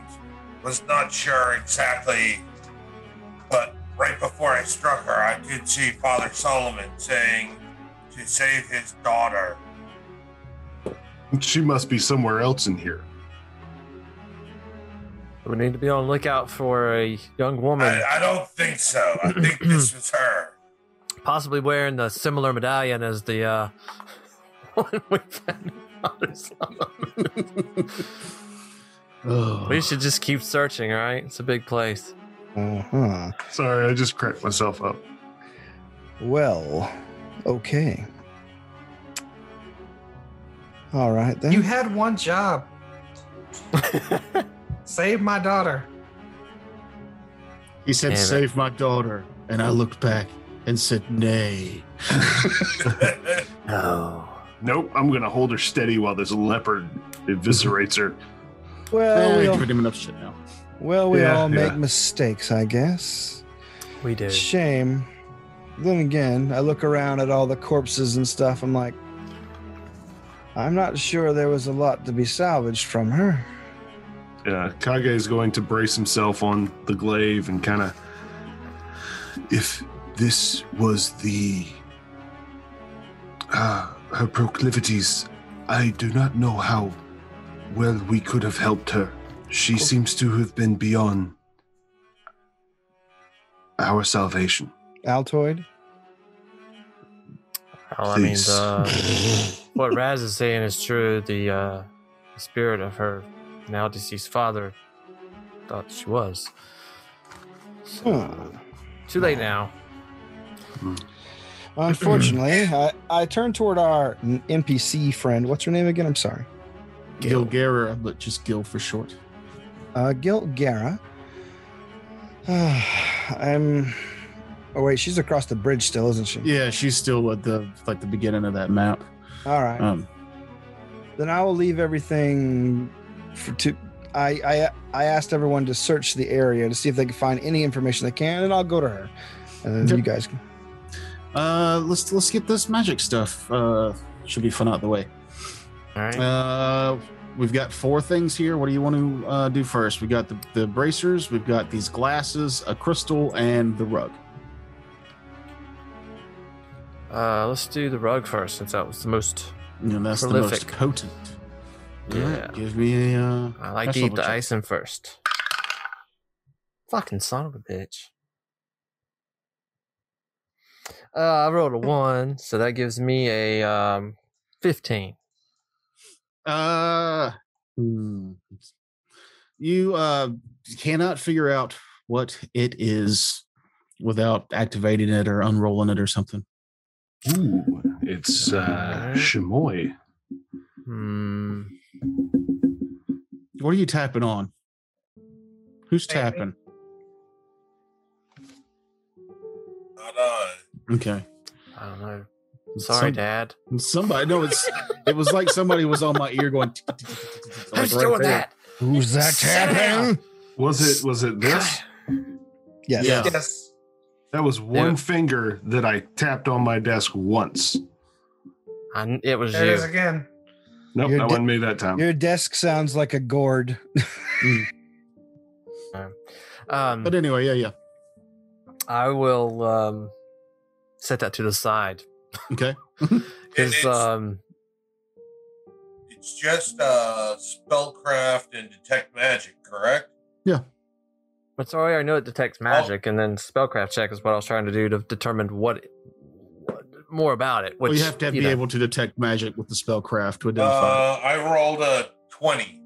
Speaker 4: was not sure exactly, but right before I struck her, I could see Father Solomon saying to save his daughter.
Speaker 1: She must be somewhere else in here.
Speaker 5: We need to be on lookout for a young woman,
Speaker 3: (coughs)
Speaker 4: I, I don't think so. I think this was her.
Speaker 5: possibly wearing the similar medallion as the uh, (laughs) one we found. in Father Solomon.
Speaker 6: (laughs)
Speaker 3: Oh.
Speaker 6: Ugh.
Speaker 5: we should just keep searching, all right? It's a big place.
Speaker 3: Uh-huh.
Speaker 1: Sorry, I just cracked myself up.
Speaker 3: Well, okay. All right then.
Speaker 2: You had one (laughs) job. Save my daughter.
Speaker 6: He said,
Speaker 5: Damn it.
Speaker 6: "Save my daughter," and I looked back and said, "Nay."
Speaker 5: No.
Speaker 1: Nope, I'm gonna hold her steady while this leopard eviscerates her.
Speaker 6: Well,
Speaker 3: well, we
Speaker 6: we're
Speaker 3: all,
Speaker 6: giving him enough shit now.
Speaker 3: well, we
Speaker 1: Yeah,
Speaker 3: all make
Speaker 1: yeah.
Speaker 3: mistakes, I guess.
Speaker 5: We do.
Speaker 3: Shame. Then again, I look around at all the corpses and stuff. I'm like, I'm not sure there was a lot to be salvaged from her.
Speaker 1: Yeah, Kage is going to brace himself on the glaive and kind of. If this was the. Uh, her proclivities, I do not know how well we could have helped her. She seems to have been beyond our salvation. (clears throat)
Speaker 3: Altoid.
Speaker 5: Well, Oh, I mean,
Speaker 1: Please.
Speaker 6: (laughs)
Speaker 5: the, what Raz is saying is true. The uh, spirit of her now deceased father thought she was.
Speaker 3: Huh.
Speaker 6: Hmm.
Speaker 5: Too late now.
Speaker 3: Unfortunately, I, I turn toward our NPC friend. What's her name again? I'm sorry.
Speaker 6: Gil Guerra, but just Gil for short.
Speaker 3: Uh, Gil Gara. (sighs) I'm. Oh wait, she's across the bridge still, isn't she?
Speaker 6: Yeah, she's still at the like the beginning of that map.
Speaker 3: All right.
Speaker 6: Um,
Speaker 3: then I will leave everything for to. I, I I asked everyone to search the area to see if they can find any information they can, and I'll go to her. And then
Speaker 6: Okay.
Speaker 3: you guys. Can,
Speaker 6: uh, let's let's get this magic stuff. Uh, should be fun out the way.
Speaker 5: All right.
Speaker 6: Uh, we've got four things here. What do you want to uh, do first? We got the, the bracers, we've got these glasses, a crystal, and the rug.
Speaker 5: Uh, let's do the rug first, since that was the most.
Speaker 6: And that's
Speaker 5: Prolific.
Speaker 6: the most potent. All right,
Speaker 5: Yeah.
Speaker 6: Give me a. Uh,
Speaker 5: I like
Speaker 6: That's
Speaker 5: to
Speaker 6: what
Speaker 5: eat
Speaker 6: we
Speaker 5: the
Speaker 6: should-
Speaker 5: icing first. Fucking son of a bitch. Uh, I rolled a one, so that gives me a um, fifteen.
Speaker 6: Uh, hmm. you uh cannot figure out what it is without activating it or unrolling it or something.
Speaker 1: Ooh, it's uh, Shimoy.
Speaker 5: Hmm.
Speaker 6: What are you tapping on? Who's
Speaker 2: Hey, hey.
Speaker 6: tapping?
Speaker 4: Not on.
Speaker 6: Okay.
Speaker 5: I don't know. Sorry,
Speaker 6: Some-
Speaker 5: Dad.
Speaker 6: Somebody. No, it's it was like somebody was on my ear going. tick, tick, tick, tick, tick, tick, like
Speaker 5: Who's
Speaker 6: right
Speaker 5: doing
Speaker 6: there.
Speaker 5: that?
Speaker 3: Who's
Speaker 5: that tapping?
Speaker 1: Was it was it this?
Speaker 3: Yes.
Speaker 6: Yeah.
Speaker 2: Yes.
Speaker 1: That was one
Speaker 5: Yeah.
Speaker 1: finger that I tapped on my desk once.
Speaker 5: I, kn- it was
Speaker 2: There it is
Speaker 5: you.
Speaker 2: again.
Speaker 1: Nope,
Speaker 3: Your
Speaker 1: that
Speaker 3: di-
Speaker 1: wasn't me that time.
Speaker 3: Your desk sounds like a gourd.
Speaker 5: Um,
Speaker 6: But anyway, yeah, yeah.
Speaker 5: I will um, set that to the side
Speaker 6: Okay.
Speaker 4: It-
Speaker 5: because
Speaker 4: it's,
Speaker 5: um,
Speaker 4: it's just uh, spellcraft and detect magic, correct?
Speaker 5: but sorry, I know it detects magic, and then spellcraft check is what I was trying to do to determine what, what more about it. Which
Speaker 6: well, you have to be
Speaker 5: know,
Speaker 6: able to detect magic with the spellcraft to identify.
Speaker 4: Uh, I rolled a 20,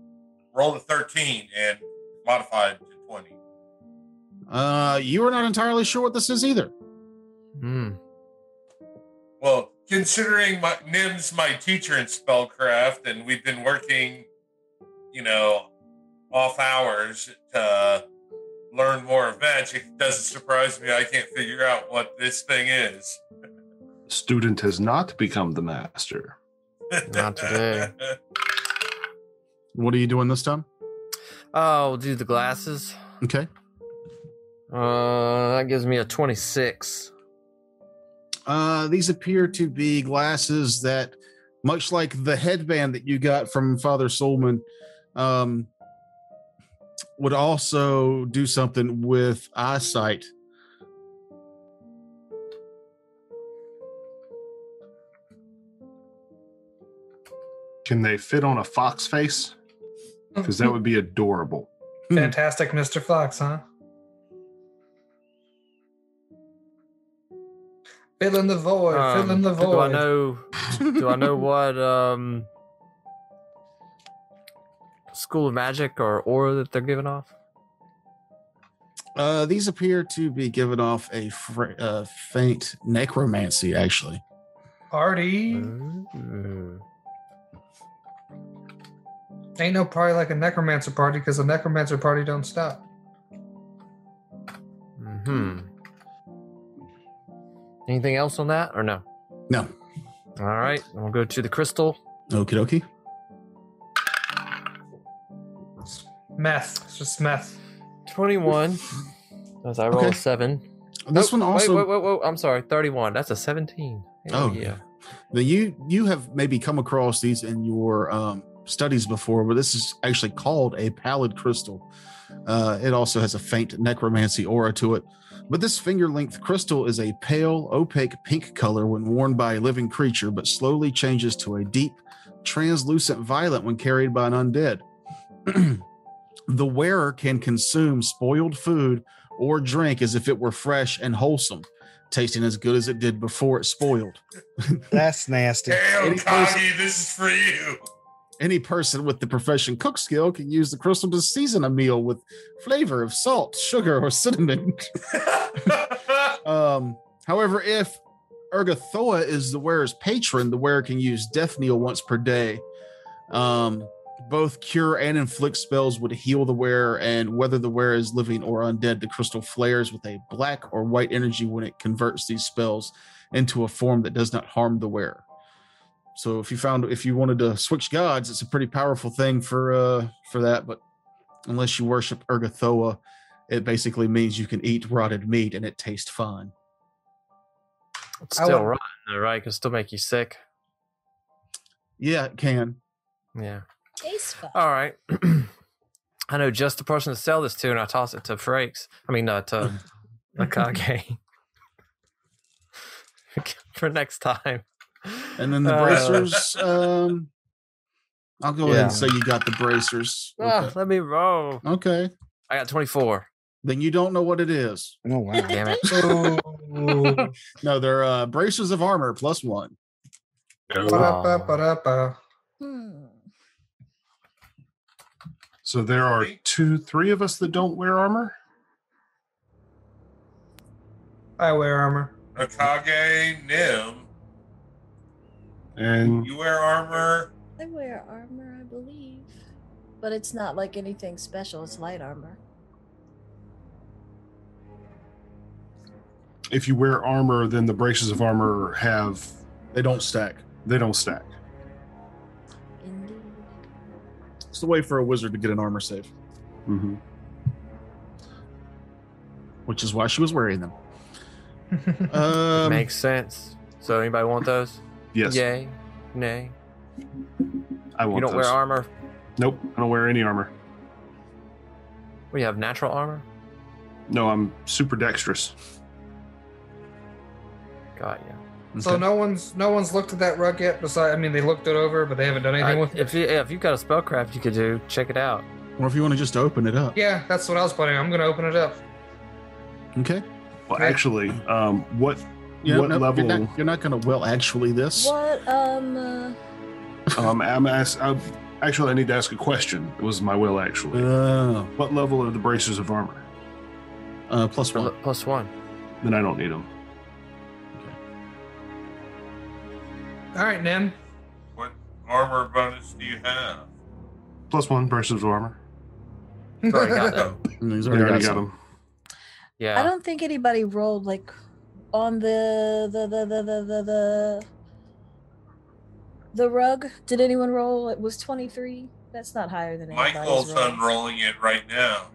Speaker 4: rolled a 13, and modified to 20.
Speaker 6: Uh, you are not entirely sure what this is either.
Speaker 5: Hmm.
Speaker 4: Well, considering my, Nim's my teacher in spellcraft, and we've been working, you know, off hours to learn more of magic, it doesn't surprise me I can't figure out what this thing is.
Speaker 1: Student has not become the master.
Speaker 5: Not
Speaker 4: (laughs)
Speaker 5: today.
Speaker 6: What are you doing this time?
Speaker 5: Oh, we'll do the glasses.
Speaker 6: Okay.
Speaker 5: Uh, that gives me a twenty-six.
Speaker 6: Uh, these appear to be glasses that, much like the headband that you got from Father Solomon, um, would also do something with eyesight.
Speaker 1: Can they fit on a fox face? Because that would be adorable.
Speaker 5: Mm.
Speaker 2: Fantastic Mr. Fox, huh? Fill in the void, fill in
Speaker 5: Um,
Speaker 2: the
Speaker 5: Do I
Speaker 2: void.
Speaker 5: know? do I
Speaker 6: (laughs)
Speaker 5: know what um, school of magic or aura that they're giving off?
Speaker 6: Uh, these appear to be giving off a fr- uh, faint necromancy, actually.
Speaker 2: Party.
Speaker 6: Hmm.
Speaker 5: Mm.
Speaker 2: Ain't no party like a necromancer party because a necromancer party don't stop.
Speaker 5: Hmm. Anything else on that or no?
Speaker 6: No.
Speaker 5: All right, we'll go to the crystal.
Speaker 6: Okie dokie.
Speaker 2: Meth. It's
Speaker 5: (laughs)
Speaker 2: just meth.
Speaker 5: Twenty-one. As I roll
Speaker 6: Okay.
Speaker 5: a seven.
Speaker 6: This
Speaker 5: Oh,
Speaker 6: one also.
Speaker 5: Wait, wait, wait, wait, I'm sorry. Thirty-one. That's a seventeen. Hell
Speaker 6: Oh, Now, you you have maybe come across these in your um, studies before, but this is actually called a pallid crystal. Uh, it also has a faint necromancy aura to it. But this finger length crystal is a pale, opaque pink color when worn by a living creature, but slowly changes to a deep, translucent violet when carried by an undead. (clears throat) the wearer can consume spoiled food or drink as if it were fresh and wholesome, tasting as good as it did before it spoiled.
Speaker 3: That's (laughs) nasty.
Speaker 4: Damn,
Speaker 6: Any person-
Speaker 4: Kagi, this is for you. (laughs)
Speaker 6: Any person with the profession cook skill can use the crystal to season a meal with flavor of salt, sugar, or cinnamon. (laughs) Um, however, if Ergothoa is the wearer's patron, the wearer can use Death Kneel once per day. Um, both cure and inflict spells would heal the wearer, and whether the wearer is living or undead, the crystal flares with a black or white energy when it converts these spells into a form that does not harm the wearer. So, if you found if you wanted to switch gods, it's a pretty powerful thing for uh, for that. But unless you worship Ergothoa, it basically means you can eat rotted meat and it tastes fine.
Speaker 5: It's
Speaker 2: I
Speaker 5: still
Speaker 2: would-
Speaker 5: rotten, though, right? Can still make you sick.
Speaker 6: Yeah, it can.
Speaker 5: Yeah.
Speaker 7: Taste fuck.
Speaker 5: All right. (clears throat) I know just the person to sell this to, and I toss it to Frakes. I mean, uh,
Speaker 6: (laughs)
Speaker 5: to Akage (laughs) for next time.
Speaker 6: And then the
Speaker 5: Uh,
Speaker 6: bracers. Um, I'll go ahead
Speaker 3: Yeah.
Speaker 6: and say you got the bracers. with
Speaker 5: ah, let me roll.
Speaker 6: the- Okay.
Speaker 5: I got twenty-four.
Speaker 6: Then you don't know what it is.
Speaker 3: Oh
Speaker 7: (laughs)
Speaker 3: wow.
Speaker 5: Damn it.
Speaker 2: Ooh.
Speaker 6: No, they're uh, bracers of armor plus one.
Speaker 1: Uh,
Speaker 2: Ba-da-ba-ba-da-ba.
Speaker 7: Hmm.
Speaker 1: So there are two, three of us that don't wear armor.
Speaker 2: I wear armor. (laughs)
Speaker 4: Akage Nim,
Speaker 1: And
Speaker 4: you wear armor.
Speaker 7: I wear armor, I believe. But it's not like anything special. It's light armor.
Speaker 1: if you wear armor, then the braces of armor have
Speaker 6: They don't stack.
Speaker 1: they don't stack.
Speaker 7: Indeed.
Speaker 6: It's the way for a wizard to get an armor save,
Speaker 1: Mm-hmm.
Speaker 6: which is why she was wearing them. Um,
Speaker 5: Makes sense. So, anybody want those?
Speaker 1: Yes,
Speaker 5: Yay. Nay.
Speaker 1: I want
Speaker 5: You don't
Speaker 1: those.
Speaker 5: wear armor.
Speaker 1: Nope, I don't wear any armor.
Speaker 5: We have natural armor.
Speaker 1: No, I'm super dexterous.
Speaker 5: Got you.
Speaker 2: So no one's no one's looked at that rug yet. Besides, I mean, they looked it over, but they haven't done anything
Speaker 5: I-
Speaker 2: with it.
Speaker 5: if you if you got a spellcraft you could do, check it out.
Speaker 6: or if you want to just open it up.
Speaker 2: Yeah, that's what I was planning. I'm gonna open it up.
Speaker 6: Okay.
Speaker 1: Well,
Speaker 2: Right.
Speaker 1: actually, um, what
Speaker 6: Yeah,
Speaker 1: what
Speaker 6: no,
Speaker 1: level?
Speaker 6: You're not, you're not going to, well, actually, this.
Speaker 7: What, um, uh,
Speaker 1: (laughs) um, I'm asked. I'm, actually, I need to ask a question. It was my will. Actually,
Speaker 6: Oh,
Speaker 1: what level are the braces of armor?
Speaker 6: uh, plus
Speaker 5: Pl-
Speaker 6: one.
Speaker 5: Plus one.
Speaker 1: Then I don't need them.
Speaker 2: All right, Nim.
Speaker 4: What armor bonus do you have?
Speaker 1: Plus one braces of armor.
Speaker 5: Already got
Speaker 2: (laughs)
Speaker 5: them.
Speaker 6: And he's
Speaker 1: I already,
Speaker 6: already
Speaker 1: got,
Speaker 6: some.
Speaker 1: them.
Speaker 5: Yeah.
Speaker 7: I don't think anybody rolled like on the the the the the the the, the rug. Did anyone roll? It was twenty three. That's not higher than anybody's
Speaker 4: Michael's
Speaker 7: roll.
Speaker 4: unrolling it right now.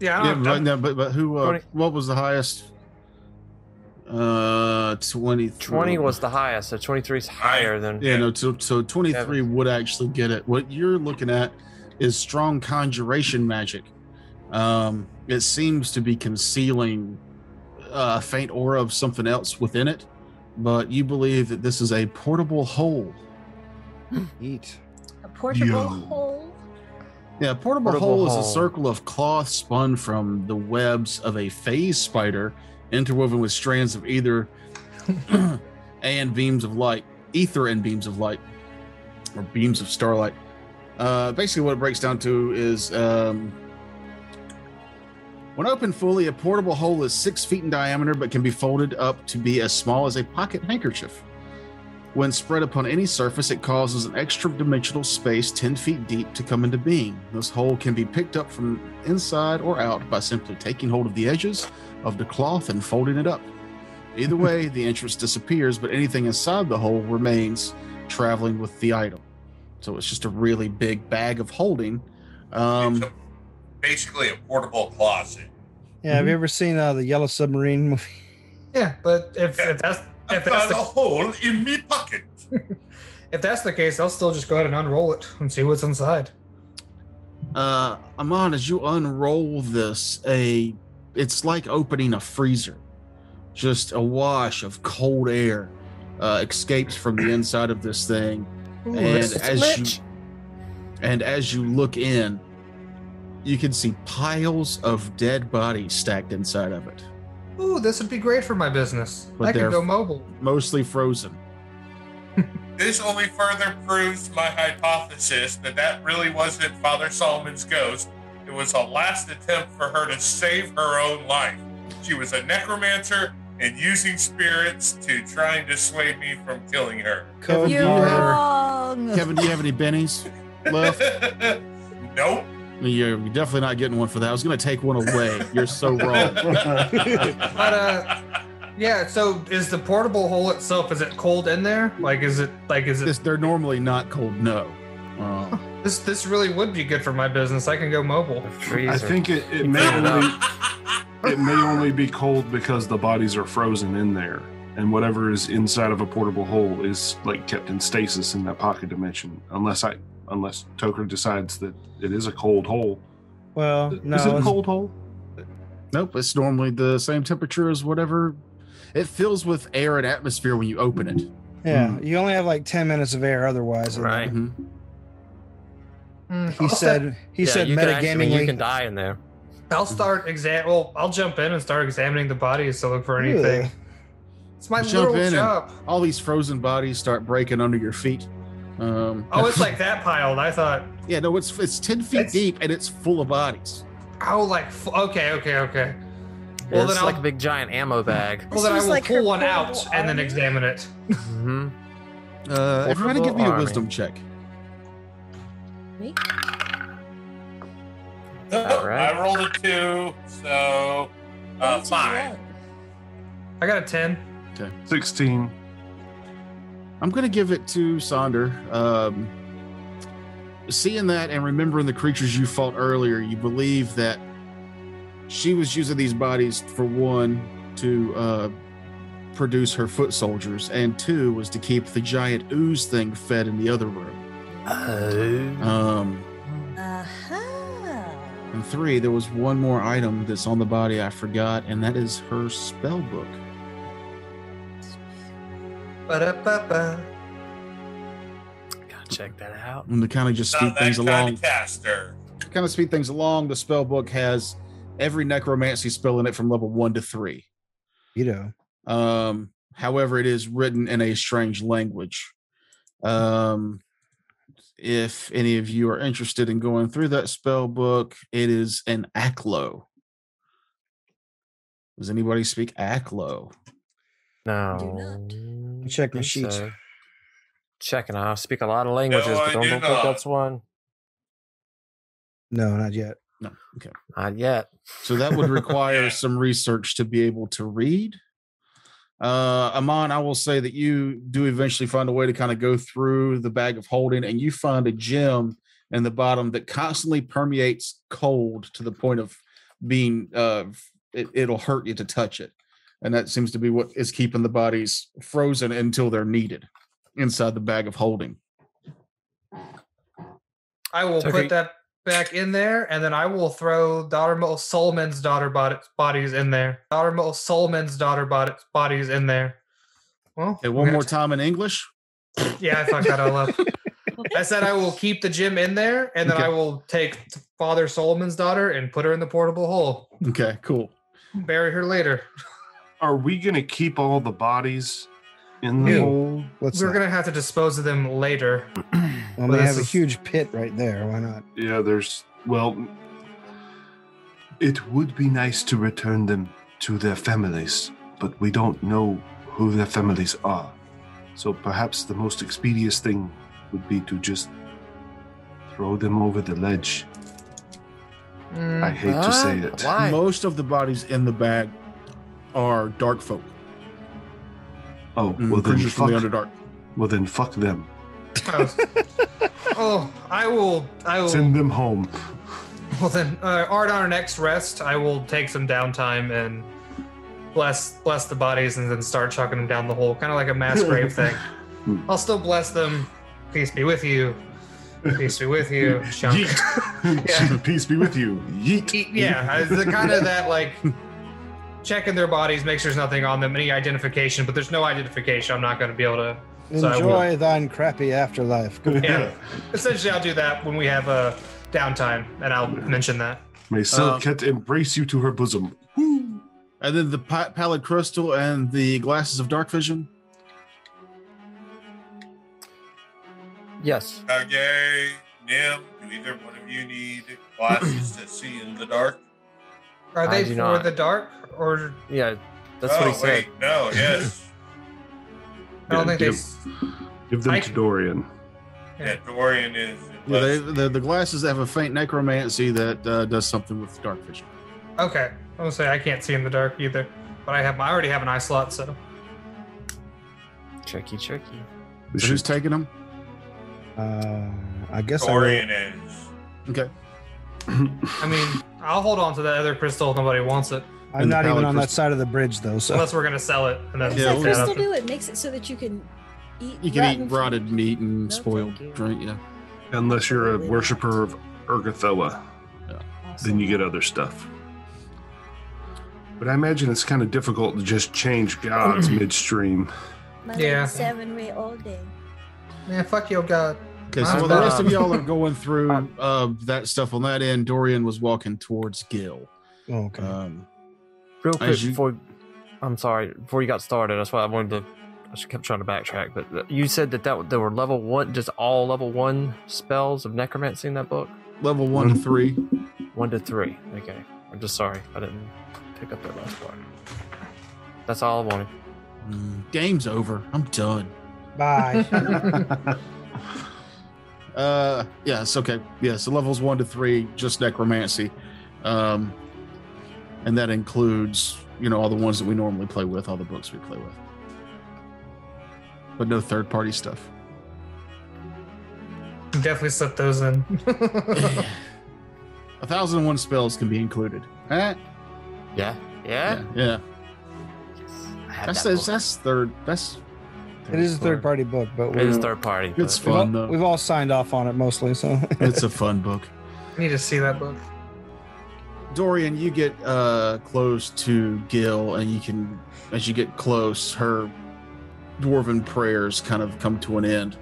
Speaker 2: Yeah, I
Speaker 6: Yeah,
Speaker 2: don't,
Speaker 6: but, no, but but who? Uh,
Speaker 5: Ah, Twenty.
Speaker 6: what was the highest? Uh, twenty.
Speaker 5: 20 was the highest, so 23 is higher than.
Speaker 6: Yeah, no. So so twenty three would actually get it. What you're looking at is strong conjuration magic, Um, it seems to be concealing uh, a faint aura of something else within it, but you believe that this is a portable hole.
Speaker 3: Eat.
Speaker 7: A portable
Speaker 1: Yo.
Speaker 7: hole.
Speaker 6: Yeah, portable,
Speaker 5: Portable
Speaker 6: hole,
Speaker 5: hole.
Speaker 6: is a circle of cloth spun from the webs of a phase spider, interwoven with strands
Speaker 5: (clears throat)
Speaker 6: of either (clears throat) and beams of light, ether and beams of light, or beams of starlight. Uh, basically, what it breaks down to is um, when open fully, a portable hole is six feet in diameter but can be folded up to be as small as a pocket handkerchief. When spread upon any surface, it causes an extra dimensional space 10 feet deep to come into being. This hole can be picked up from inside or out by simply taking hold of the edges of the cloth and folding it up. Either way, the entrance disappears, but anything inside the hole remains traveling with the item. So it's just a really big bag of holding. Um,
Speaker 4: It's a- basically a portable closet.
Speaker 3: Yeah, have you ever seen uh, the Yellow Submarine movie?
Speaker 2: Yeah, but if, if that's
Speaker 4: I
Speaker 2: if that's
Speaker 4: found a
Speaker 2: the,
Speaker 4: hole in me pocket.
Speaker 2: if that's the case, I'll still just go ahead and unroll it and see what's inside.
Speaker 6: uh, Amon, as you unroll this, a it's like opening a freezer. Just a wash of cold air uh, escapes from the inside of this thing, and
Speaker 7: Ooh, this is
Speaker 6: as
Speaker 7: rich.
Speaker 6: you and as you look in, you can see piles of dead bodies stacked inside of it,
Speaker 2: Ooh, this would be great for my business.
Speaker 6: But
Speaker 2: I could
Speaker 6: they're-
Speaker 2: go mobile.
Speaker 6: mostly frozen.
Speaker 4: This only further proves my hypothesis that that really wasn't Father Solomon's ghost. It was a last attempt for her to save her own life. She was a necromancer and using spirits to trying to sway me from killing her. (laughs)
Speaker 3: Code
Speaker 7: You're
Speaker 3: Red.
Speaker 7: wrong.
Speaker 6: Oh, Kevin, do you have any bennies (laughs) left?
Speaker 4: nope.
Speaker 6: You're definitely not getting one for that. I was going to take one away. You're so wrong.
Speaker 2: But uh, yeah. So is the portable hole itself? Is it cold in there? Like, is it like is it
Speaker 6: This, they're normally not cold. No. Uh,
Speaker 5: (laughs)
Speaker 2: This this really would be good for my business. I can go mobile.
Speaker 5: The freezer.
Speaker 1: I think it, it may
Speaker 5: Yeah.
Speaker 1: only it may only be cold because the bodies are frozen in there, and whatever is inside of a portable hole is like kept in stasis in that pocket dimension. Unless I unless Toker decides that it is a cold hole.
Speaker 3: Well, no.
Speaker 1: is it a
Speaker 3: it's-
Speaker 1: cold hole?
Speaker 6: Nope, it's normally the same temperature as whatever. It fills with air and atmosphere when you open it.
Speaker 3: Yeah,
Speaker 2: Hmm.
Speaker 3: you only have like ten minutes of air otherwise. and
Speaker 5: Right.
Speaker 6: Mhm.
Speaker 2: Mm,
Speaker 3: He
Speaker 2: I'll step-
Speaker 3: said. He
Speaker 5: Yeah,
Speaker 3: said
Speaker 5: you can actually- I mean,
Speaker 3: metagamingly.
Speaker 5: you can die in there.
Speaker 2: I'll start exam. Well, I'll jump in and start examining the bodies to look for
Speaker 3: Ugh.
Speaker 2: anything. It's my
Speaker 6: Jump in
Speaker 2: little
Speaker 6: and-
Speaker 2: job.
Speaker 6: All these frozen bodies start breaking under your feet. Um,
Speaker 2: Oh, it's like that piled. I thought.
Speaker 6: yeah, no, it's it's ten feet
Speaker 2: It's-
Speaker 6: deep and it's full of bodies.
Speaker 2: Oh, like f- okay, okay, okay. Well,
Speaker 5: it's
Speaker 2: then
Speaker 5: like
Speaker 2: I'll-
Speaker 5: a big giant ammo
Speaker 2: (laughs)
Speaker 5: bag.
Speaker 2: Well,
Speaker 7: This
Speaker 2: then I
Speaker 7: was
Speaker 2: will
Speaker 7: like her
Speaker 2: pull one out
Speaker 7: portable
Speaker 2: and then
Speaker 7: army.
Speaker 2: examine it.
Speaker 5: hmm
Speaker 6: Uh, everybody, give me a
Speaker 5: Horrible
Speaker 6: wisdom check.
Speaker 7: Me?
Speaker 5: All right.
Speaker 4: I rolled a two, so uh,
Speaker 7: That's
Speaker 4: five.
Speaker 7: right.
Speaker 2: I got a ten.
Speaker 1: Sixteen.
Speaker 6: I'm going to give it to Sonder. Um, seeing that and remembering the creatures you fought earlier, you believe that she was using these bodies for one to uh, produce her foot soldiers, and two was to keep the giant ooze thing fed in the other room.
Speaker 5: Oh.
Speaker 6: Um,
Speaker 7: Uh-huh.
Speaker 6: and three, there was one more item that's on the body I forgot, and that is her spell book.
Speaker 2: Ba-da-ba-ba.
Speaker 5: Gotta check that out.
Speaker 6: And to kind of just
Speaker 4: Not
Speaker 6: speed
Speaker 4: that
Speaker 6: things
Speaker 4: kind
Speaker 6: along.
Speaker 4: of caster.
Speaker 6: to kind of speed things along, the spell book has every necromancy spell in it from level one to three.
Speaker 3: You know.
Speaker 6: Um, however, it is written in a strange language. Um, if any of you are interested in going through that spell book, it is an Aklo. Does anybody speak Aklo?
Speaker 5: No.
Speaker 3: not. Check my
Speaker 5: Think
Speaker 3: sheet.
Speaker 5: Checking. I speak a lot of languages,
Speaker 4: No,
Speaker 5: but
Speaker 4: I
Speaker 5: don't
Speaker 4: do
Speaker 5: think
Speaker 4: not.
Speaker 5: that's one.
Speaker 3: No, not yet.
Speaker 6: No. Okay.
Speaker 5: Not yet.
Speaker 6: So that would require
Speaker 4: Yeah.
Speaker 6: some research to be able to read. Uh, Amon, I will say that you do eventually find a way to kind of go through the bag of holding and you find a gem in the bottom that constantly permeates cold to the point of being, uh, it, it'll hurt you to touch it. And that seems to be what is keeping the bodies frozen until they're needed inside the bag of holding.
Speaker 2: I will
Speaker 5: It's okay.
Speaker 2: put that back in there, and then I will throw Dharmal Solman's daughter bod- bodies in there. Dharmal Solman's daughter bod- bodies in there. Well,
Speaker 6: Okay,
Speaker 2: we're
Speaker 6: one more
Speaker 2: gonna-
Speaker 6: time in English.
Speaker 2: Yeah, I fucked
Speaker 5: (laughs)
Speaker 2: that all up. I said I will keep the gym in there, and then
Speaker 6: Okay.
Speaker 2: I will take Father Solomon's daughter and put her in the portable hole.
Speaker 6: Okay, cool.
Speaker 2: Bury her later.
Speaker 1: Are we gonna keep all the bodies in the
Speaker 3: Ew.
Speaker 1: hole?
Speaker 3: Let's.
Speaker 2: We're
Speaker 3: not.
Speaker 2: gonna have to dispose of them later.
Speaker 3: Well,
Speaker 2: Well,
Speaker 3: they
Speaker 2: this
Speaker 3: have a
Speaker 2: is-
Speaker 3: huge pit right there. Why not?
Speaker 1: Yeah, there's well it would be nice to return them to their families, but we don't know who their families are. So perhaps the most expedient thing would be to just throw them over the ledge.
Speaker 2: Mm,
Speaker 1: I hate to say it.
Speaker 5: Why?
Speaker 6: Most of the bodies in the bag are dark folk,
Speaker 1: Oh,
Speaker 6: mm,
Speaker 1: well then
Speaker 6: creatures from
Speaker 1: fuck,
Speaker 6: the underdark.
Speaker 1: well then fuck them.
Speaker 2: oh. Oh, I will. I will.
Speaker 1: Send them home.
Speaker 2: Well then, uh, Art, on our next rest, I will take some downtime and bless bless the bodies, and then start chucking them down the hole, kind of like a mass grave thing.
Speaker 1: Hmm.
Speaker 2: I'll still bless them. Peace be with you. Peace be with you. Shunk. (laughs)
Speaker 1: Yeet. (laughs) Peace be with you. Yeet.
Speaker 2: Yeah, it's the
Speaker 1: (laughs)
Speaker 2: kind of that like checking their bodies, make sure there's nothing on them, any identification. But there's no identification. I'm not going to be able to. So I will-
Speaker 3: Enjoy thine crappy afterlife. Good.
Speaker 2: Yeah. Essentially, I'll do that when we have a uh, downtime, and I'll mention that.
Speaker 1: May
Speaker 6: Um,
Speaker 1: Silket embrace you to her bosom.
Speaker 6: And then the pa- pallid crystal and the glasses of dark vision.
Speaker 5: Yes.
Speaker 4: Okay, Nim, do either one of you need glasses to see in the dark?
Speaker 2: Are
Speaker 5: I
Speaker 2: they
Speaker 5: do
Speaker 2: for
Speaker 5: not.
Speaker 2: the dark, or
Speaker 5: Yeah, that's
Speaker 4: oh,
Speaker 5: what he said.
Speaker 4: wait,
Speaker 5: (laughs)
Speaker 4: no, yes.
Speaker 2: I don't
Speaker 1: Yeah,
Speaker 2: think they.
Speaker 1: give, give them
Speaker 2: I-
Speaker 1: to Dorian. (clears throat)
Speaker 4: yeah, Dorian is. in
Speaker 6: Yeah, they,
Speaker 4: Leicester.
Speaker 6: the, the glasses have a faint necromancy that uh, does something with dark vision.
Speaker 2: Okay, I'm gonna say I can't see in the dark either, but I have I already have an eye slot, so
Speaker 5: Tricky, tricky.
Speaker 1: We
Speaker 6: So
Speaker 1: should
Speaker 6: who's taking them?
Speaker 3: Uh, I guess I will-
Speaker 4: Dorian is.
Speaker 6: Okay.
Speaker 2: I mean I'll hold on to that other crystal if nobody wants it,
Speaker 3: I'm
Speaker 6: And the
Speaker 3: not even
Speaker 6: pallid
Speaker 3: on that
Speaker 6: crystal.
Speaker 3: side of the bridge though. So
Speaker 2: unless we're gonna sell it and
Speaker 7: What
Speaker 2: then
Speaker 7: does
Speaker 6: Yeah,
Speaker 7: that
Speaker 6: we'll-
Speaker 7: crystal do? It makes it so that you can eat.
Speaker 6: You can
Speaker 7: rotten
Speaker 6: eat rotted meat and
Speaker 7: No,
Speaker 6: spoiled
Speaker 7: thank you.
Speaker 6: drink. Yeah.
Speaker 1: Unless you're a worshiper of Urgathoa, then you get other stuff. But I imagine it's kind of difficult to just change
Speaker 2: (clears throat)
Speaker 1: gods midstream.
Speaker 2: Yeah.
Speaker 7: yeah. seven way all day.
Speaker 2: Man, fuck your god.
Speaker 6: Okay.
Speaker 2: Mine's
Speaker 6: So while Uh, the rest
Speaker 2: done.
Speaker 6: of y'all are going through uh, that stuff on that end, Dorian was walking towards Gil.
Speaker 3: Oh, okay.
Speaker 6: Um,
Speaker 5: Real
Speaker 6: As
Speaker 5: quick
Speaker 6: you-
Speaker 5: before, I'm sorry, before you got started, that's why I wanted to. I just kept trying to backtrack, but th- you said that, that there were level one, just all level one spells of necromancy in that book,
Speaker 6: level one to three.
Speaker 5: one to three. Okay, I'm just sorry, I didn't pick up that last part. That's all I wanted.
Speaker 6: Mm, game's over. I'm done.
Speaker 3: Bye.
Speaker 6: Uh, yes, okay. Yeah, so levels one to three, just necromancy. Um, and that includes, you know, all the ones that we normally play with, all the books we play with. But no third party stuff.
Speaker 2: (laughs)
Speaker 6: (laughs)
Speaker 2: Definitely slip those in. (laughs)
Speaker 6: A thousand and one spells can be included.
Speaker 5: Yeah,
Speaker 6: Eh?
Speaker 5: yeah.
Speaker 6: Yeah. yeah.
Speaker 5: Yes. I had
Speaker 6: That's,
Speaker 5: that
Speaker 6: that's
Speaker 5: book.
Speaker 6: that's third that's
Speaker 3: it is a third party book, but we,
Speaker 5: It is third party.
Speaker 6: It's
Speaker 5: but-
Speaker 3: we've, all,
Speaker 6: fun though.
Speaker 3: we've all signed off on it mostly. So (laughs)
Speaker 6: it's a fun book.
Speaker 2: I need to see that book.
Speaker 6: Dorian, you get uh, close to Gil, and you can, as you get close, her dwarven prayers kind of come to an end.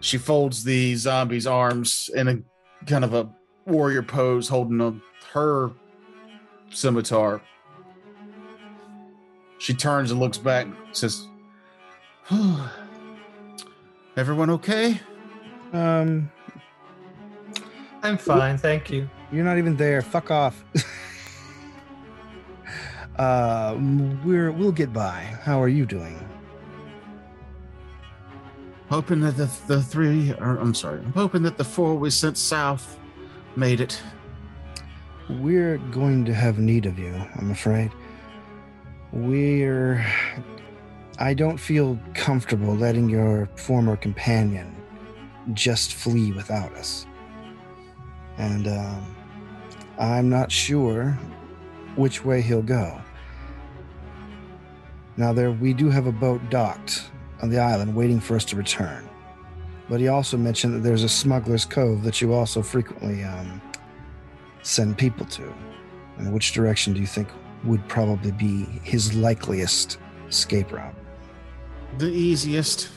Speaker 6: She folds the zombie's arms in a kind of a warrior pose, holding a, her scimitar. She turns and looks back, says, (sighs) "Everyone okay?"
Speaker 3: um,
Speaker 2: I'm fine, thank you.
Speaker 3: you're not even there. Fuck off. (laughs) uh, we're we'll get by. How are you doing?
Speaker 6: Hoping that the, the three, or I'm sorry, I'm hoping that the four we sent south made it.
Speaker 3: We're going to have need of you, I'm afraid. We're. I don't feel comfortable letting your former companion just flee without us. And um, I'm not sure which way he'll go. Now, there we do have a boat docked on the island waiting for us to return. But he also mentioned that there's a smuggler's cove that you also frequently um, send people to. And which direction do you think would probably be his likeliest escape route?
Speaker 6: The easiest.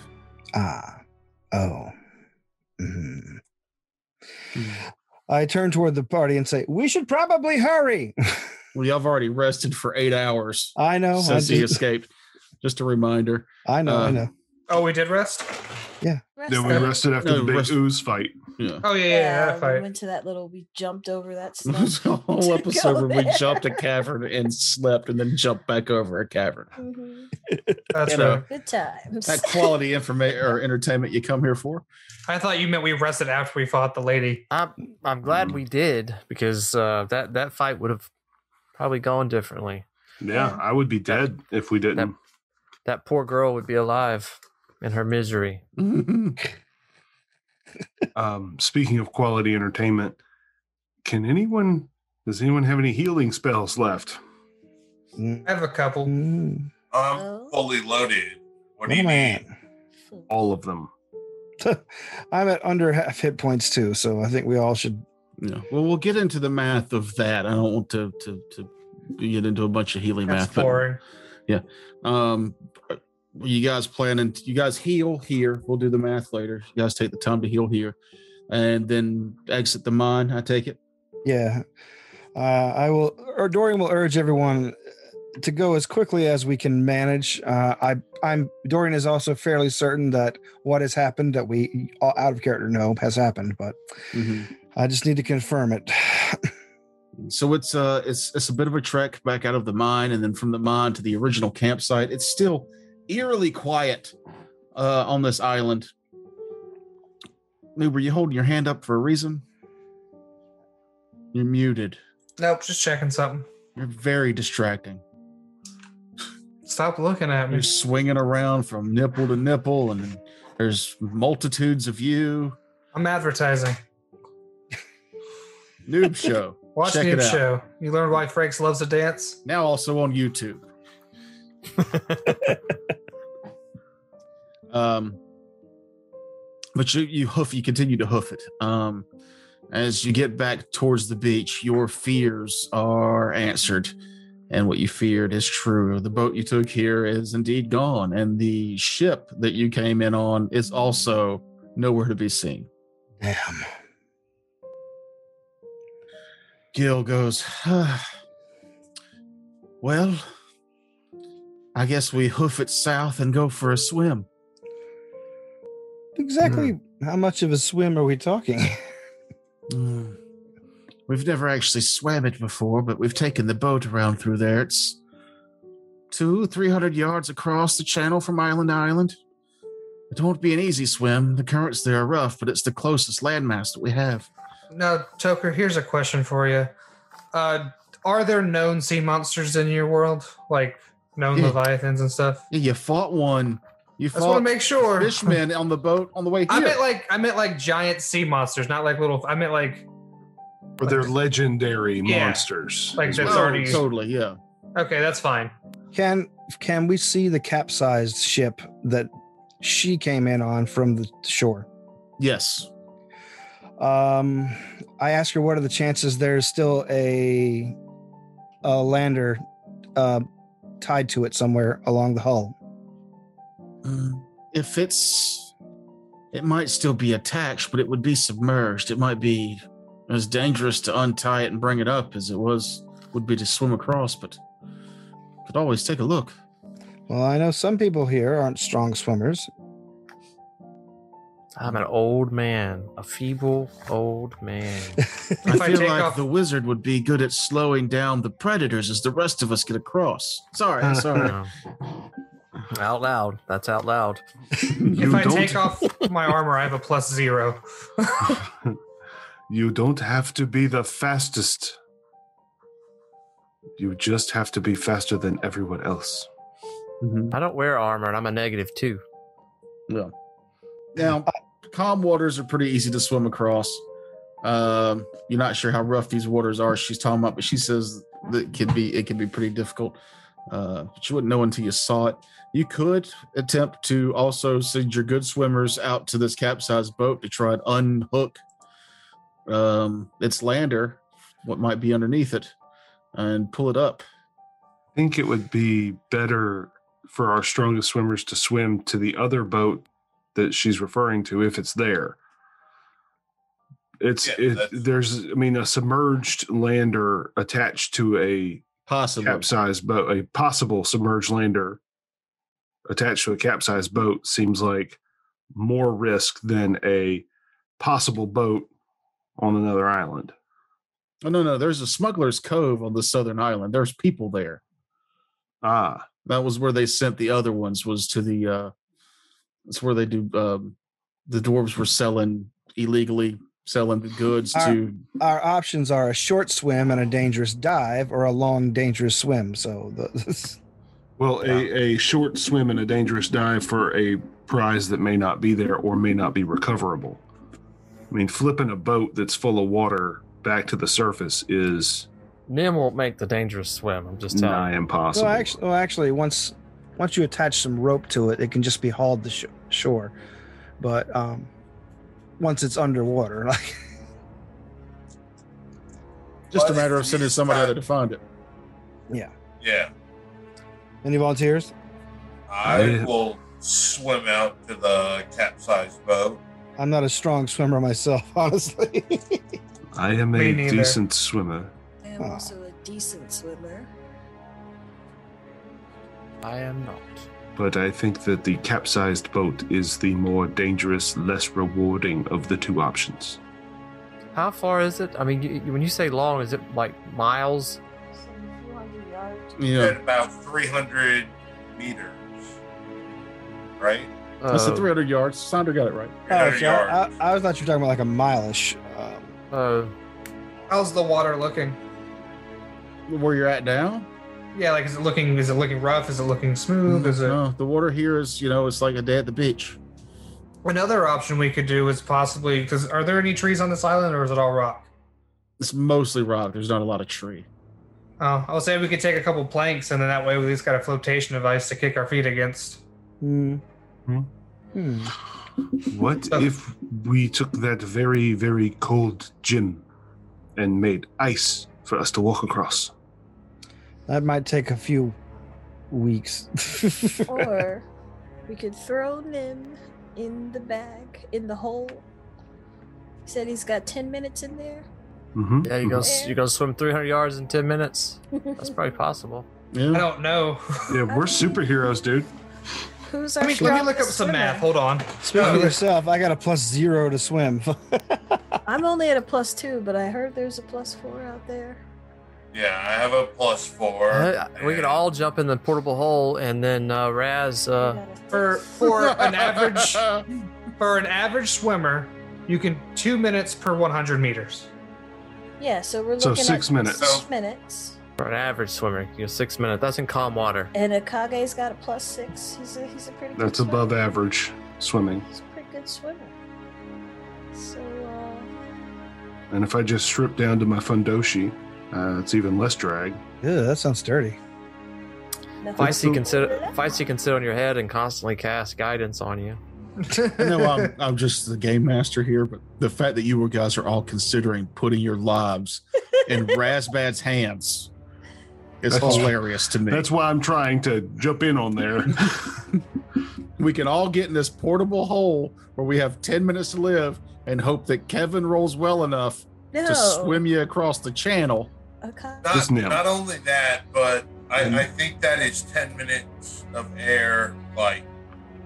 Speaker 3: Ah, oh. Mhm. I turn toward the party and say, "We should probably hurry." (laughs)
Speaker 6: Well, y'all have already rested for eight hours
Speaker 3: Oh, I know. I,
Speaker 6: since he
Speaker 3: just-
Speaker 6: escaped. Just a reminder.
Speaker 3: I know. I
Speaker 6: uh,
Speaker 3: know.
Speaker 2: Oh, we did rest.
Speaker 1: Then we
Speaker 7: Rest-
Speaker 1: rested after
Speaker 6: No,
Speaker 1: the big
Speaker 6: rest-
Speaker 1: ooze fight.
Speaker 6: Yeah. (laughs)
Speaker 2: Oh yeah, yeah, yeah. that
Speaker 7: we
Speaker 2: fight.
Speaker 7: went to that little. We jumped over that
Speaker 6: It
Speaker 7: stuff.
Speaker 6: was a whole episode
Speaker 7: Go
Speaker 6: where we
Speaker 7: there.
Speaker 6: jumped a cavern and slept and then jumped back over a cavern.
Speaker 7: Mhm.
Speaker 2: That's
Speaker 6: You know.
Speaker 2: right.
Speaker 7: Good times. (laughs)
Speaker 6: That quality information or entertainment you come here for?
Speaker 2: I thought you meant we rested after we fought the lady.
Speaker 5: I'm I'm glad we did because uh, that that fight would have probably gone differently.
Speaker 1: Yeah, I would be dead if we didn't.
Speaker 5: That poor girl would be alive in her misery.
Speaker 1: Um, speaking of quality entertainment, can anyone? Does anyone have any healing spells left?
Speaker 3: Mm,
Speaker 2: I have a couple.
Speaker 3: mm.
Speaker 4: I'm
Speaker 7: Oh.
Speaker 4: fully loaded. What do
Speaker 3: Where
Speaker 4: you
Speaker 3: am I
Speaker 4: need?
Speaker 3: at?
Speaker 1: All of them.
Speaker 3: (laughs) I'm at under half hit points too, so I think we all should.
Speaker 6: Yeah. Well, we'll get into the math of that. I don't want to to to get into a bunch of healing
Speaker 2: That's
Speaker 6: math. But,
Speaker 2: boring.
Speaker 6: um, you guys planning? You guys heal here. We'll do the math later. You guys take the time to heal here, and then exit the mine. I take it.
Speaker 3: Yeah, uh, I will. Or Dorian will urge everyone to go as quickly as we can manage. Uh, I, I'm Dorian is also fairly certain that what has happened that we all out of character know has happened, but I just need to confirm it. (sighs)
Speaker 6: So it's uh it's it's a bit of a trek back out of the mine, and then from the mine to the original campsite. It's still eerily quiet uh, on this island. Were you holding your hand up for a reason? You're muted.
Speaker 2: Nope, just checking something.
Speaker 6: You're very distracting.
Speaker 2: Stop looking at me.
Speaker 6: You're swinging around from nipple to nipple, and there's multitudes of you.
Speaker 2: I'm advertising.
Speaker 6: Noob show.
Speaker 2: Watch
Speaker 6: Check it
Speaker 2: the
Speaker 6: out.
Speaker 2: show. You learn why Frakes loves to dance.
Speaker 6: Now also on YouTube. um, but you you hoof you continue to hoof it. Um, as you get back towards the beach, your fears are answered, and what you feared is true. The boat you took here is indeed gone, and the ship that you came in on is also nowhere to be seen.
Speaker 3: Damn.
Speaker 6: Gil goes, (sighs) "Ah, Well, I guess we hoof it south and go for a swim.
Speaker 3: Exactly how much of a swim are we talking? (laughs)
Speaker 6: Hmm. We've never actually swam it before, but we've taken the boat around through there. It's two, three hundred yards across the channel from island to island. It won't be an easy swim. The currents there are rough, but it's the closest landmass that we have.
Speaker 2: Now, Toker, here's a question for you. Uh, are there known sea monsters in your world? Like known
Speaker 6: Yeah.
Speaker 2: leviathans and stuff?
Speaker 6: Yeah, You fought one.
Speaker 2: I
Speaker 6: You
Speaker 2: just want
Speaker 6: fought
Speaker 2: to make sure.
Speaker 6: fishmen on the boat on the way here.
Speaker 2: I meant like I meant like giant sea monsters, not like little. I meant like
Speaker 1: Or they're legendary
Speaker 2: Yeah.
Speaker 1: monsters.
Speaker 2: Like
Speaker 1: is
Speaker 2: that's
Speaker 1: what-
Speaker 6: Oh,
Speaker 2: already-
Speaker 6: totally, yeah.
Speaker 2: okay, that's fine.
Speaker 3: Can can we see the capsized ship that she came in on from the shore?
Speaker 6: Yes.
Speaker 3: Um, I ask her what are the chances there's still a a lander uh, tied to it somewhere along the hull.
Speaker 6: Mm, If it's, it might still be attached, but it would be submerged. It might be as dangerous to untie it and bring it up as it was would be to swim across. But could always take a look.
Speaker 3: Well, I know some people here aren't strong swimmers. (laughs)
Speaker 5: I'm an old man, a feeble old
Speaker 6: (laughs)
Speaker 5: man.
Speaker 6: I
Speaker 2: If I
Speaker 6: feel
Speaker 2: take
Speaker 6: like
Speaker 2: off-
Speaker 6: the wizard would be good at slowing down the predators as the rest of us get across.
Speaker 2: (laughs)
Speaker 6: Sorry, sorry.
Speaker 5: No. Um, out loud. That's out loud.
Speaker 1: You
Speaker 2: if I
Speaker 1: don't-
Speaker 2: take
Speaker 6: (laughs)
Speaker 2: off my armor, I have a plus zero.
Speaker 1: You don't have to be the fastest. You just have to be faster than everyone else.
Speaker 6: Mhm.
Speaker 5: I don't wear armor, and I'm a negative two.
Speaker 6: Yeah. Now, calm waters are pretty easy to swim across. Um, you're not sure how rough these waters are. She's talking about, but she says that it can be it can be pretty difficult. uh, but you wouldn't know until you saw it. You could attempt to also send your good swimmers out to this capsized boat to try and unhook um, its lander, what might be underneath it, and pull it up.
Speaker 1: I think it would be better for our strongest swimmers to swim to the other boat that she's referring to if it's there. It's
Speaker 4: Yeah,
Speaker 1: it,
Speaker 4: that's-
Speaker 1: there's I mean a submerged lander attached to a
Speaker 6: Possibly.
Speaker 1: capsized boat, a possible submerged lander attached to a capsized boat seems like more risk than a possible boat on another island.
Speaker 6: Oh, no, no. There's a smuggler's cove on the southern island. There's people there.
Speaker 1: Ah,
Speaker 6: That was where they sent the other ones. Was to the. uh That's where they do. um The dwarves were selling illegally, selling the goods
Speaker 3: Uh,
Speaker 6: to.
Speaker 3: Our options are a short swim and a dangerous dive, or a long dangerous swim. So the, (laughs)
Speaker 1: well, a, a short swim and a dangerous dive for a prize that may not be there or may not be recoverable. I mean, flipping a boat that's full of water back to the surface is
Speaker 5: Nim won't make the dangerous swim. I'm just telling.
Speaker 1: nigh
Speaker 5: you.
Speaker 1: impossible.
Speaker 3: well, actually, well, actually, once once you attach some rope to it, it can just be hauled to sh- shore. But um, once it's underwater, (laughs) like
Speaker 6: Just a
Speaker 4: Well,
Speaker 6: matter of
Speaker 4: it's-
Speaker 6: sending
Speaker 4: it's
Speaker 6: somebody out
Speaker 4: not-
Speaker 6: there to find it.
Speaker 4: Yeah,
Speaker 3: any volunteers?
Speaker 4: I
Speaker 1: I-
Speaker 4: will swim out to the capsized boat.
Speaker 3: I'm not a strong swimmer myself, (laughs)
Speaker 1: (laughs)
Speaker 3: honestly.
Speaker 1: I am
Speaker 2: Me
Speaker 1: a
Speaker 2: neither.
Speaker 1: decent swimmer.
Speaker 7: I am
Speaker 3: Ah.
Speaker 7: also a decent
Speaker 2: (laughs)
Speaker 7: swimmer.
Speaker 5: I am not.
Speaker 1: but I think that the capsized boat is the more dangerous, less rewarding of the two options.
Speaker 5: How far is it? I mean, you, you- when you say long, is it like miles?
Speaker 6: Yeah,
Speaker 4: At about 300 meters, right?
Speaker 6: that's the
Speaker 5: Uh,
Speaker 6: 300 yards. Sandra got it right.
Speaker 3: Oh,
Speaker 4: 300
Speaker 3: okay. I,
Speaker 4: yards.
Speaker 3: I, I was not you were talking about like a mileish. Um,
Speaker 5: uh,
Speaker 2: How's the water looking?
Speaker 6: Where you're at now?
Speaker 2: Yeah, like is it looking is it looking rough? Is it looking smooth? Is it
Speaker 6: Mm, No, the water here is, you know, it's like a day at the beach.
Speaker 2: another option we could do is possibly because are there any trees on this island or is it all rock?
Speaker 6: It's mostly rock. There's not a lot of tree.
Speaker 2: Oh, I would say we could take a couple planks and then that way we at least got a flotation device to kick our feet against.
Speaker 3: hmm.
Speaker 1: Hmm?
Speaker 3: Hmm.
Speaker 6: (laughs)
Speaker 1: What
Speaker 2: Uh.
Speaker 1: if we took that very, very cold gym and made ice for us to walk across?
Speaker 3: That might take a few weeks. (laughs)
Speaker 7: Or we could throw Nim in the bag, in the hole. He said he's got 10 minutes in there.
Speaker 1: Mm-hmm.
Speaker 5: yeah, you gonna s- you gonna swim 300 yards in 10 minutes? That's probably possible.
Speaker 2: I
Speaker 6: Yeah.
Speaker 2: don't know. (laughs)
Speaker 1: Mm-hmm. Yeah, we're superheroes, dude.
Speaker 7: (laughs) Who's our
Speaker 2: I mean, let me look up
Speaker 7: strongest
Speaker 2: some
Speaker 7: swimmer?
Speaker 2: math. Hold on.
Speaker 3: Speak
Speaker 1: Oh,
Speaker 3: for
Speaker 2: Uh,
Speaker 3: yourself. I got a plus zero to swim. (laughs)
Speaker 7: I'm only at a plus two, but I heard there's a plus four out there.
Speaker 4: Yeah, I have a plus four.
Speaker 5: Uh, we could all jump in the portable hole, and then uh, Raz. Uh,
Speaker 2: For for an
Speaker 5: (laughs)
Speaker 2: average for an average swimmer, you can two minutes per 100 meters.
Speaker 7: Yeah, so we're
Speaker 1: So
Speaker 7: looking
Speaker 1: six
Speaker 7: at
Speaker 1: minutes.
Speaker 7: six minutes.
Speaker 5: for an average swimmer, you know, six minutes. That's in calm water.
Speaker 7: And Akage's got a plus six. He's a he's a pretty good
Speaker 1: That's
Speaker 7: swimmer.
Speaker 1: above average swimming.
Speaker 7: He's a pretty good swimmer. So uh,
Speaker 1: And if I just strip down to my fundoshi, uh, it's even less drag.
Speaker 3: Yeah, that sounds dirty.
Speaker 7: nothing-
Speaker 5: Feisty can sit. Feisty can sit on your head and constantly cast guidance on you.
Speaker 6: I know
Speaker 1: (laughs)
Speaker 3: um,
Speaker 6: I'm, I'm just the game master here, but the fact that you guys are all considering putting your lives in Razbad's hands is
Speaker 1: That's-
Speaker 6: hilarious to me.
Speaker 1: That's why I'm trying to jump in on
Speaker 6: (laughs)
Speaker 1: there.
Speaker 6: we can all get in this portable hole where we have 10 minutes to live and hope that Kevin rolls well enough
Speaker 7: no.
Speaker 6: to swim you across the channel.
Speaker 7: Akage-
Speaker 4: Not,
Speaker 1: Just nip.
Speaker 4: not only that, but
Speaker 1: And-
Speaker 4: I, I think that is 10 minutes of air, like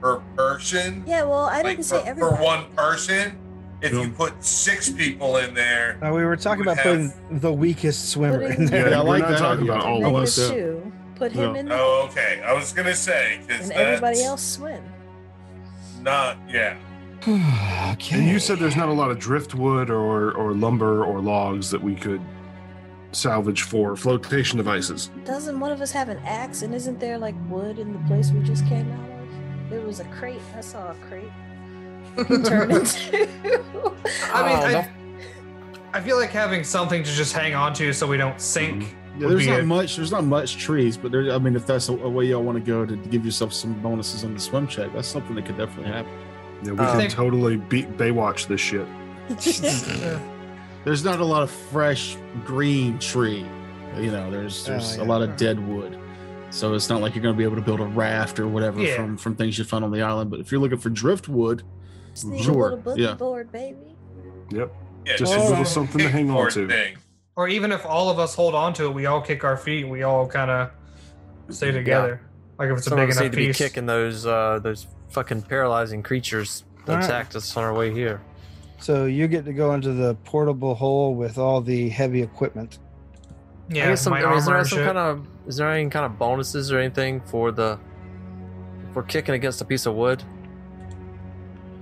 Speaker 4: per person.
Speaker 7: Yeah, well, I
Speaker 4: like,
Speaker 7: didn't say
Speaker 4: for,
Speaker 7: everyone.
Speaker 4: for one person. If
Speaker 1: Yeah.
Speaker 4: you put six people in there,
Speaker 3: Uh, we were talking
Speaker 4: We
Speaker 3: about
Speaker 4: have-
Speaker 3: putting the weakest swimmer in
Speaker 7: Putting-
Speaker 1: yeah,
Speaker 3: there.
Speaker 6: I
Speaker 1: we're
Speaker 6: like
Speaker 1: not
Speaker 6: that
Speaker 1: talking
Speaker 6: idea.
Speaker 1: about all of
Speaker 7: Negative
Speaker 1: us.
Speaker 7: two. Put him
Speaker 1: No.
Speaker 7: in there,
Speaker 4: Oh, okay. I was gonna say because
Speaker 7: and everybody else swim.
Speaker 4: Not yeah.
Speaker 3: (laughs) okay.
Speaker 1: And you said there's not a lot of driftwood or, or lumber or logs that we could salvage for flotation devices.
Speaker 7: Doesn't one of us have an axe? And isn't there like wood in the place we just came out of? There was a crate. I saw a crate. Turn into.
Speaker 2: I mean,
Speaker 5: Oh,
Speaker 7: (laughs)
Speaker 2: I, I feel like having something to just hang on to so we don't sink
Speaker 6: Yeah,
Speaker 2: would
Speaker 6: there's
Speaker 2: be
Speaker 6: not
Speaker 2: a-
Speaker 6: much. There's not much trees, but there. I mean, if that's a, a way y'all want to go to give yourself some bonuses on the swim check, that's something that could definitely happen.
Speaker 1: Yeah, we
Speaker 5: Uh,
Speaker 1: can
Speaker 2: Think-
Speaker 1: totally beat Baywatch this shit.
Speaker 5: Mm-hmm.
Speaker 6: There's not a lot of fresh green tree. You know, there's
Speaker 3: Oh,
Speaker 6: there's
Speaker 3: yeah.
Speaker 6: a lot of dead wood, so it's not like you're going to be able to build a raft or whatever
Speaker 2: Yeah.
Speaker 6: from from things you find on the island. But if you're looking for driftwood,
Speaker 7: Just need
Speaker 6: Sure,
Speaker 7: a little book
Speaker 6: yeah.
Speaker 7: board, baby.
Speaker 1: Yep.
Speaker 4: Yeah,
Speaker 1: Just a
Speaker 3: Oh.
Speaker 1: little something to hang on
Speaker 4: kickboard
Speaker 1: to.
Speaker 4: Thing.
Speaker 2: Or even if all of us hold on to it, we all kick our feet, we all kind of stay together. Like if it's
Speaker 5: Some
Speaker 2: a
Speaker 5: of
Speaker 2: big
Speaker 5: us
Speaker 2: enough
Speaker 5: need to be
Speaker 2: piece.
Speaker 5: kicking those uh, those fucking paralyzing creatures that
Speaker 3: Alright.
Speaker 5: attacked us on our way here.
Speaker 3: So you get to go into the portable hole with all the heavy equipment.
Speaker 5: I
Speaker 2: Yeah,
Speaker 5: guess some,
Speaker 2: my
Speaker 5: I mean, is
Speaker 2: armor
Speaker 5: there
Speaker 2: and
Speaker 5: some
Speaker 2: shit.
Speaker 5: kind of is there any kind of bonuses or anything for the for kicking against a piece of wood?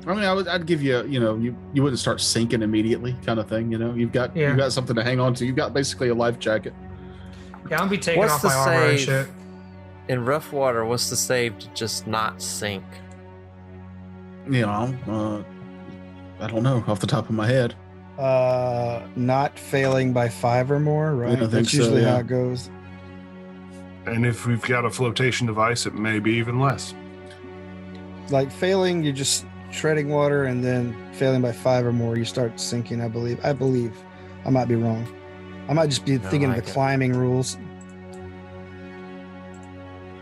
Speaker 6: I mean, I would, I'd give you, you know, you, you wouldn't start sinking immediately, kind of thing. You know, you've got
Speaker 2: Yeah.
Speaker 6: you've got something to hang on to. You've got basically a life jacket.
Speaker 2: yeah, I'll be taking
Speaker 5: What's
Speaker 2: off
Speaker 5: the
Speaker 2: my armor
Speaker 5: save?
Speaker 2: and shit.
Speaker 5: In rough water, what's the save to just not sink?
Speaker 6: You know, uh, I don't know off the top of my head.
Speaker 3: Uh, not failing by five or more, right?
Speaker 6: think
Speaker 3: That's
Speaker 6: so,
Speaker 3: usually
Speaker 6: yeah.
Speaker 3: how it goes.
Speaker 1: And if we've got a flotation device, it may be even less.
Speaker 3: Like failing, you're just treading water, and then failing by five or more, you start sinking. I believe. I believe. I might be wrong. I might just be
Speaker 5: don't
Speaker 3: thinking of
Speaker 5: like
Speaker 3: the
Speaker 5: it.
Speaker 3: climbing rules.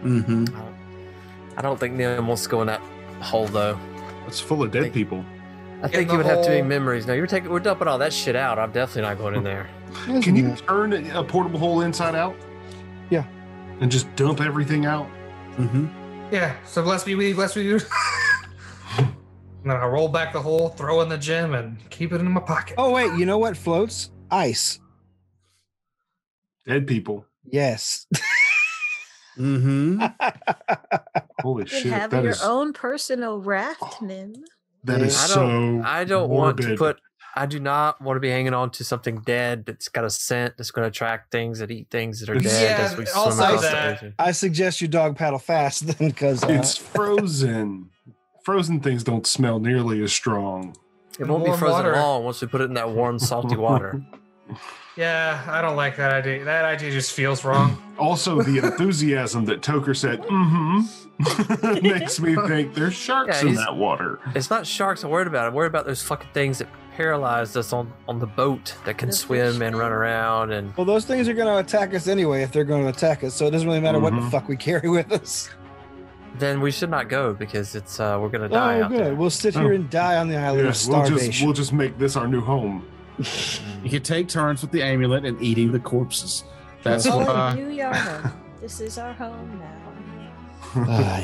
Speaker 6: Mm-hmm.
Speaker 5: I don't think Neil wants to go in that hole though.
Speaker 1: It's full of dead
Speaker 5: Like-
Speaker 1: people.
Speaker 5: I think
Speaker 2: the
Speaker 5: it would have to be
Speaker 2: hole.
Speaker 5: memories. No, you're taking we're dumping all that shit out. I'm definitely not going in there.
Speaker 1: Can you turn a portable hole inside out?
Speaker 3: Yeah.
Speaker 1: And just dump everything out?
Speaker 6: Mm-hmm.
Speaker 2: Yeah, so let's be we let's be (laughs) you. And then I roll back the hole, throw in the gem, and keep it in my pocket.
Speaker 3: Oh wait, you know what floats? Ice.
Speaker 1: Dead people.
Speaker 3: Yes. (laughs)
Speaker 6: Mm-hmm.
Speaker 1: Holy
Speaker 7: You
Speaker 1: shit.
Speaker 7: can have
Speaker 1: that
Speaker 7: your
Speaker 1: is
Speaker 7: own personal raft, Nim.
Speaker 1: that is
Speaker 5: I
Speaker 1: so
Speaker 5: don't- I don't want to
Speaker 1: morbid.
Speaker 5: put. I do not want to be hanging on to something dead that's got a scent that's going to attract things that eat things
Speaker 2: (laughs)
Speaker 5: that are
Speaker 1: Yeah,
Speaker 5: dead as we swim
Speaker 2: also
Speaker 5: across
Speaker 2: that.
Speaker 5: the ocean.
Speaker 3: I suggest you dog paddle fast (laughs) then, because uh,
Speaker 1: it's frozen. frozen things don't smell nearly as strong.
Speaker 5: It won't be
Speaker 2: Warm
Speaker 5: frozen
Speaker 2: water.
Speaker 5: long once we put it in that warm, salty
Speaker 2: (laughs)
Speaker 5: water.
Speaker 2: Yeah, I don't like that idea. That idea just feels wrong.
Speaker 1: (laughs) Also,
Speaker 3: (laughs)
Speaker 1: the enthusiasm that Toker said, mm-hmm, (laughs) makes
Speaker 3: (laughs)
Speaker 1: me think there's sharks
Speaker 5: Yeah,
Speaker 1: in
Speaker 5: he's-
Speaker 1: that water.
Speaker 5: it's not sharks I'm worried about. I'm worried about those fucking things that paralyzed us on, on the boat that can
Speaker 7: The
Speaker 5: swim and
Speaker 7: fish.
Speaker 5: run around. And
Speaker 3: well, those things are going to attack us anyway if they're going to attack us. So it doesn't really matter what the
Speaker 1: Mhm.
Speaker 3: fuck we carry with us.
Speaker 5: then we should not go because it's uh, we're gonna die
Speaker 3: oh,
Speaker 5: out
Speaker 3: good.
Speaker 5: there.
Speaker 3: We'll sit here
Speaker 1: Oh.
Speaker 3: and die on the island of
Speaker 1: Yes, we'll just
Speaker 3: starvation.
Speaker 1: we'll just make this our new home.
Speaker 6: You can take turns with the amulet and eating the corpses. That's
Speaker 3: Oh,
Speaker 6: what.
Speaker 7: Oh,
Speaker 6: Uh,
Speaker 7: New York. this is our
Speaker 6: (laughs)
Speaker 7: home now.
Speaker 3: Ah, yeah, yeah,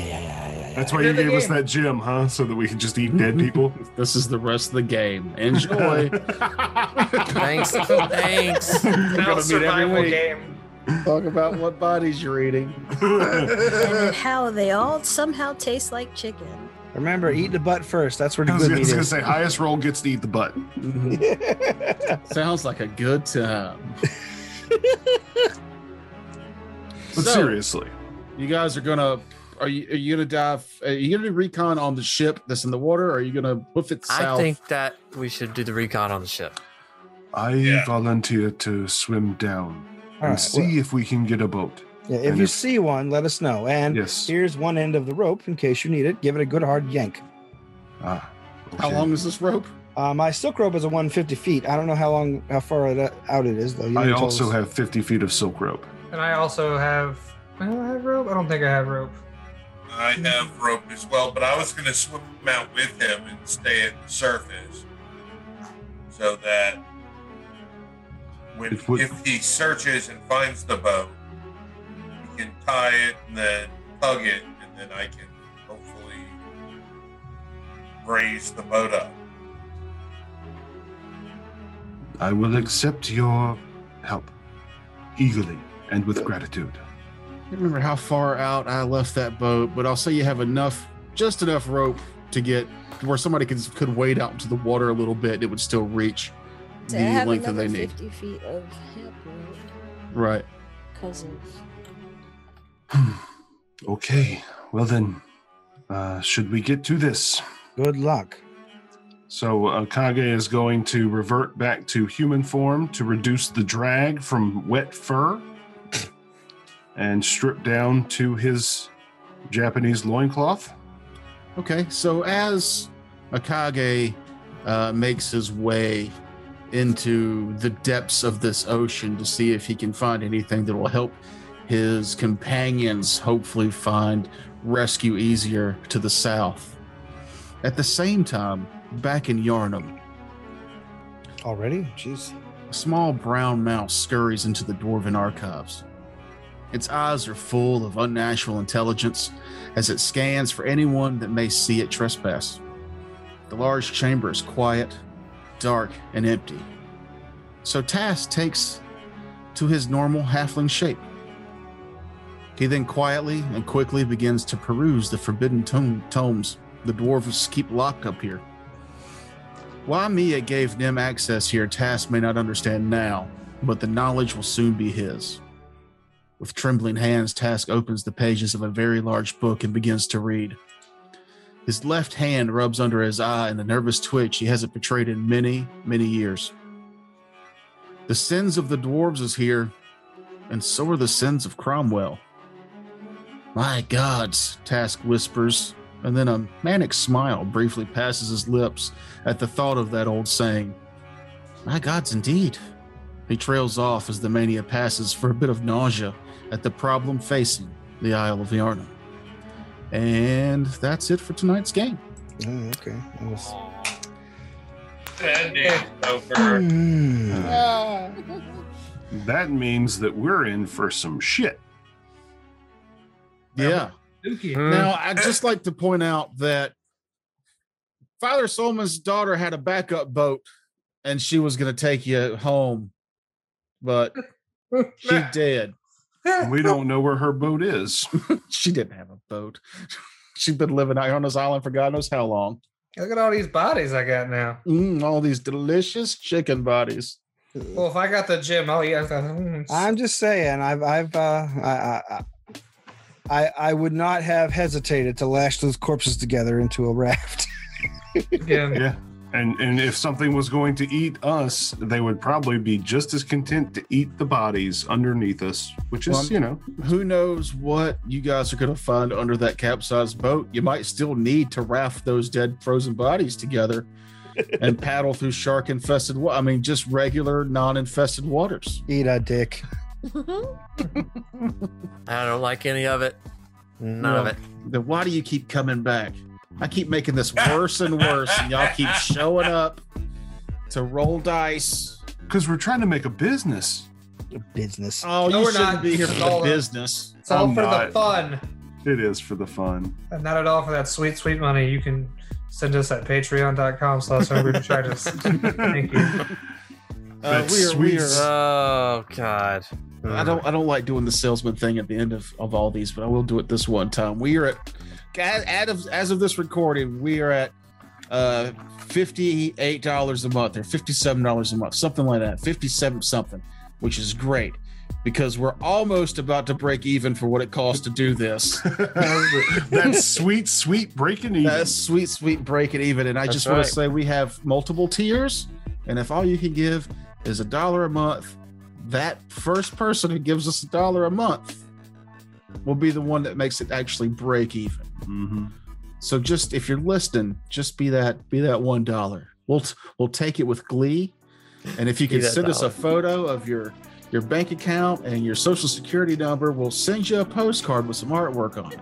Speaker 3: yeah, yeah.
Speaker 1: (laughs) That's why you
Speaker 2: Another
Speaker 1: gave us
Speaker 2: game.
Speaker 1: that gym, huh? So that we could just eat dead
Speaker 3: (laughs)
Speaker 1: people. (laughs)
Speaker 6: this is the rest of the game.
Speaker 3: (laughs)
Speaker 6: Enjoy.
Speaker 5: (laughs) Thanks, thanks.
Speaker 1: We're
Speaker 2: Now
Speaker 1: gonna
Speaker 2: it's
Speaker 1: meet every
Speaker 2: survival
Speaker 1: week. (laughs)
Speaker 2: game.
Speaker 6: Talk about what bodies you're eating.
Speaker 7: And then how they all somehow taste like chicken.
Speaker 3: Remember, eat the butt first. That's where the
Speaker 1: I was
Speaker 3: good
Speaker 1: gonna, I
Speaker 3: meat
Speaker 1: was gonna
Speaker 3: is.
Speaker 1: say highest roll gets to eat the butt.
Speaker 6: Mhm. Sounds like a good time.
Speaker 1: But
Speaker 6: So-
Speaker 1: seriously,
Speaker 6: You guys are gonna are you are you gonna dive? Are you gonna do recon on the ship that's in the water? Or are you gonna hoof it south?
Speaker 5: I think that we should do the recon on the ship.
Speaker 1: I
Speaker 4: Yeah.
Speaker 1: volunteer to swim down
Speaker 3: (laughs) All
Speaker 1: and
Speaker 3: right,
Speaker 1: see if we can get a boat.
Speaker 3: well, yeah, if
Speaker 1: and
Speaker 3: you
Speaker 1: if-
Speaker 3: see one, let us know. And
Speaker 1: Yes.
Speaker 3: here's one end of the rope in case you need it. Give it a good hard yank.
Speaker 1: Ah,
Speaker 6: How
Speaker 1: okay.
Speaker 6: long is this rope?
Speaker 3: Uh, my silk rope is a 150 feet. I don't know how long, how far it, out it is though. You
Speaker 1: I
Speaker 3: haven't told
Speaker 1: also
Speaker 3: us.
Speaker 1: have 50 feet of silk rope.
Speaker 2: And I also have. I don't have rope. I don't think I have rope.
Speaker 4: I have rope as well, but I was going to swim out with him and stay at the surface so that when
Speaker 1: It would-
Speaker 4: if he searches and finds the boat, he can tie it and then tug it, and then I can hopefully raise the boat up.
Speaker 1: I will accept your help eagerly and with gratitude. (sighs)
Speaker 6: I don't remember how far out I left that boat, but I'll say you have enough, just enough rope to get to where somebody could could wade out into the water a little bit. It would still reach
Speaker 7: To
Speaker 6: the
Speaker 7: have
Speaker 6: length that
Speaker 7: another
Speaker 6: they need.
Speaker 7: 50 feet of hemp rope
Speaker 6: Right.
Speaker 7: because of
Speaker 1: okay, well then, uh, should we get to this?
Speaker 3: Good luck.
Speaker 1: So uh, Kage is going to revert back to human form to reduce the drag from wet fur and stripped down to his Japanese loincloth.
Speaker 6: Okay, so as Akage uh, makes his way into the depths of this ocean to see if he can find anything that will help his companions hopefully find rescue easier to the south. At the same time, back in Yarnum,
Speaker 3: Already? Jeez.
Speaker 6: a small brown mouse scurries into the dwarven archives. Its eyes are full of unnatural intelligence as it scans for anyone that may see it trespass. The large chamber is quiet, dark, and empty. So Tass takes to his normal halfling shape. He then quietly and quickly begins to peruse the forbidden tome- tomes the dwarves keep locked up here. Why Mia gave Nim access here, Tass may not understand now, but the knowledge will soon be his. With trembling hands, Task opens the pages of a very large book and begins to read. His left hand rubs under his eye in a nervous twitch he hasn't betrayed in many, many years. The sins of the dwarves is here, and so are the sins of Cromwell. My gods, Task whispers, and then a manic smile briefly passes his lips at the thought of that old saying. My gods, indeed. He trails off as the mania passes for a bit of nausea at the problem facing the Isle of Yarnum. And that's it for tonight's game.
Speaker 3: Oh, okay. That was-
Speaker 4: Send it over.
Speaker 1: Hmm.
Speaker 3: Mm.
Speaker 1: That means that we're in for some shit.
Speaker 6: Yeah.
Speaker 2: Dookie.
Speaker 5: Hmm.
Speaker 6: Now, I'd just like to point out that Father Solman's daughter had a backup boat and she was going to take you home, but
Speaker 2: (laughs)
Speaker 6: she did.
Speaker 1: We don't know where her boat is.
Speaker 6: She didn't have a boat. (laughs) She'd been living out here on this island for God knows how long.
Speaker 2: Look at all these bodies I got now.
Speaker 6: Mm, all these delicious chicken bodies.
Speaker 2: Well, if I got the gym, I'll eat. (laughs) I'm
Speaker 3: I'm just saying, I've, I've, uh, I, I, I, I would not have hesitated to lash those corpses together into a raft.
Speaker 2: again.
Speaker 1: Yeah. And and if something was going to eat us, they would probably be just as content to eat the bodies underneath us, which is,
Speaker 6: Well,
Speaker 1: you know,
Speaker 6: Who knows what you guys are going to find under that capsized boat? You might still need to raft those dead frozen bodies together (laughs) and paddle through shark infested wa I mean, just regular non infested waters.
Speaker 3: Eat a dick.
Speaker 6: (laughs)
Speaker 5: I don't like any of it. None of
Speaker 6: No.
Speaker 5: it.
Speaker 6: Then why do you keep coming back? I keep making (laughs) this worse and worse, and y'all keep showing up to roll dice.
Speaker 1: because we're trying to make a business.
Speaker 3: Business.
Speaker 6: Oh,
Speaker 2: No,
Speaker 6: you
Speaker 2: we're
Speaker 6: shouldn't
Speaker 2: not.
Speaker 6: be here for the
Speaker 2: All-
Speaker 6: business.
Speaker 2: It's all
Speaker 1: I'm
Speaker 2: for the
Speaker 1: not.
Speaker 2: fun,
Speaker 1: It is for the fun.
Speaker 2: and not at all for that sweet, sweet money you can send us at patreon.com slash hungry to try
Speaker 6: (laughs)
Speaker 2: to Thank you.
Speaker 1: That's
Speaker 6: Uh, we are, we
Speaker 1: sweet.
Speaker 6: are,
Speaker 5: Oh God.
Speaker 6: I don't I don't like doing the salesman thing at the end of, of all these, but I will do it this one time. We are at as of, as of this recording, we are at uh fifty-eight dollars a month or fifty-seven dollars a month, something like that. Fifty-seven something, which is great because we're almost about to break even for what it costs to do this.
Speaker 1: (laughs) that sweet, sweet breaking even.
Speaker 6: That's sweet, sweet break it even. And I
Speaker 5: That's
Speaker 6: just want
Speaker 5: right.
Speaker 6: to say we have multiple tiers, and if all you can give is a dollar a month, that first person who gives us a dollar a month will be the one that makes it actually break even.
Speaker 1: Mhm.
Speaker 6: So just if you're listening, just be that be that one dollar. We'll t- we'll take it with glee. And if you
Speaker 5: (laughs) Be
Speaker 6: can
Speaker 5: that
Speaker 6: send us a
Speaker 5: dollar.
Speaker 6: photo of your your bank account and your social security number, we'll send you a postcard with some artwork on it.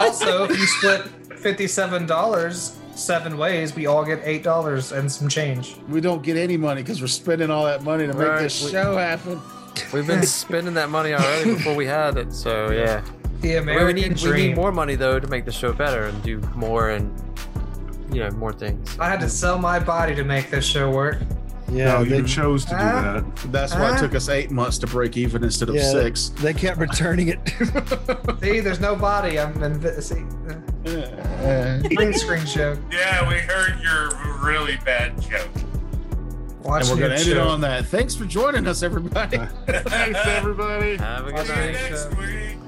Speaker 2: Also, if you split fifty-seven dollars seven ways, we all get eight dollars and some change.
Speaker 6: We don't get any money because we're spending all that money to make
Speaker 5: Right.
Speaker 6: this show happen.
Speaker 5: We've
Speaker 3: (laughs)
Speaker 5: been spending that money already before we had it. So yeah.
Speaker 2: The
Speaker 5: I mean,
Speaker 2: American
Speaker 5: we need
Speaker 2: dream.
Speaker 5: we need more money though to make the show better and do more and you know more things.
Speaker 2: I had to sell my body to make this show work.
Speaker 3: Yeah,
Speaker 1: no,
Speaker 3: they,
Speaker 1: you chose to do
Speaker 2: Ah.
Speaker 1: that.
Speaker 6: That's why
Speaker 2: Huh?
Speaker 6: it took us eight months to break even instead of
Speaker 3: Yeah.
Speaker 6: six.
Speaker 3: they kept returning it.
Speaker 2: See, there's no body. I'm in. See, uh,
Speaker 6: and
Speaker 2: green screen joke.
Speaker 4: Yeah, we heard your really bad joke.
Speaker 2: Watch
Speaker 6: we're going to
Speaker 2: new
Speaker 6: end it
Speaker 2: show.
Speaker 6: on that. Thanks for joining us, everybody.
Speaker 1: Thanks, everybody.
Speaker 5: Have a
Speaker 2: Watch
Speaker 5: good
Speaker 2: the
Speaker 5: night.
Speaker 2: next
Speaker 4: (laughs) next week.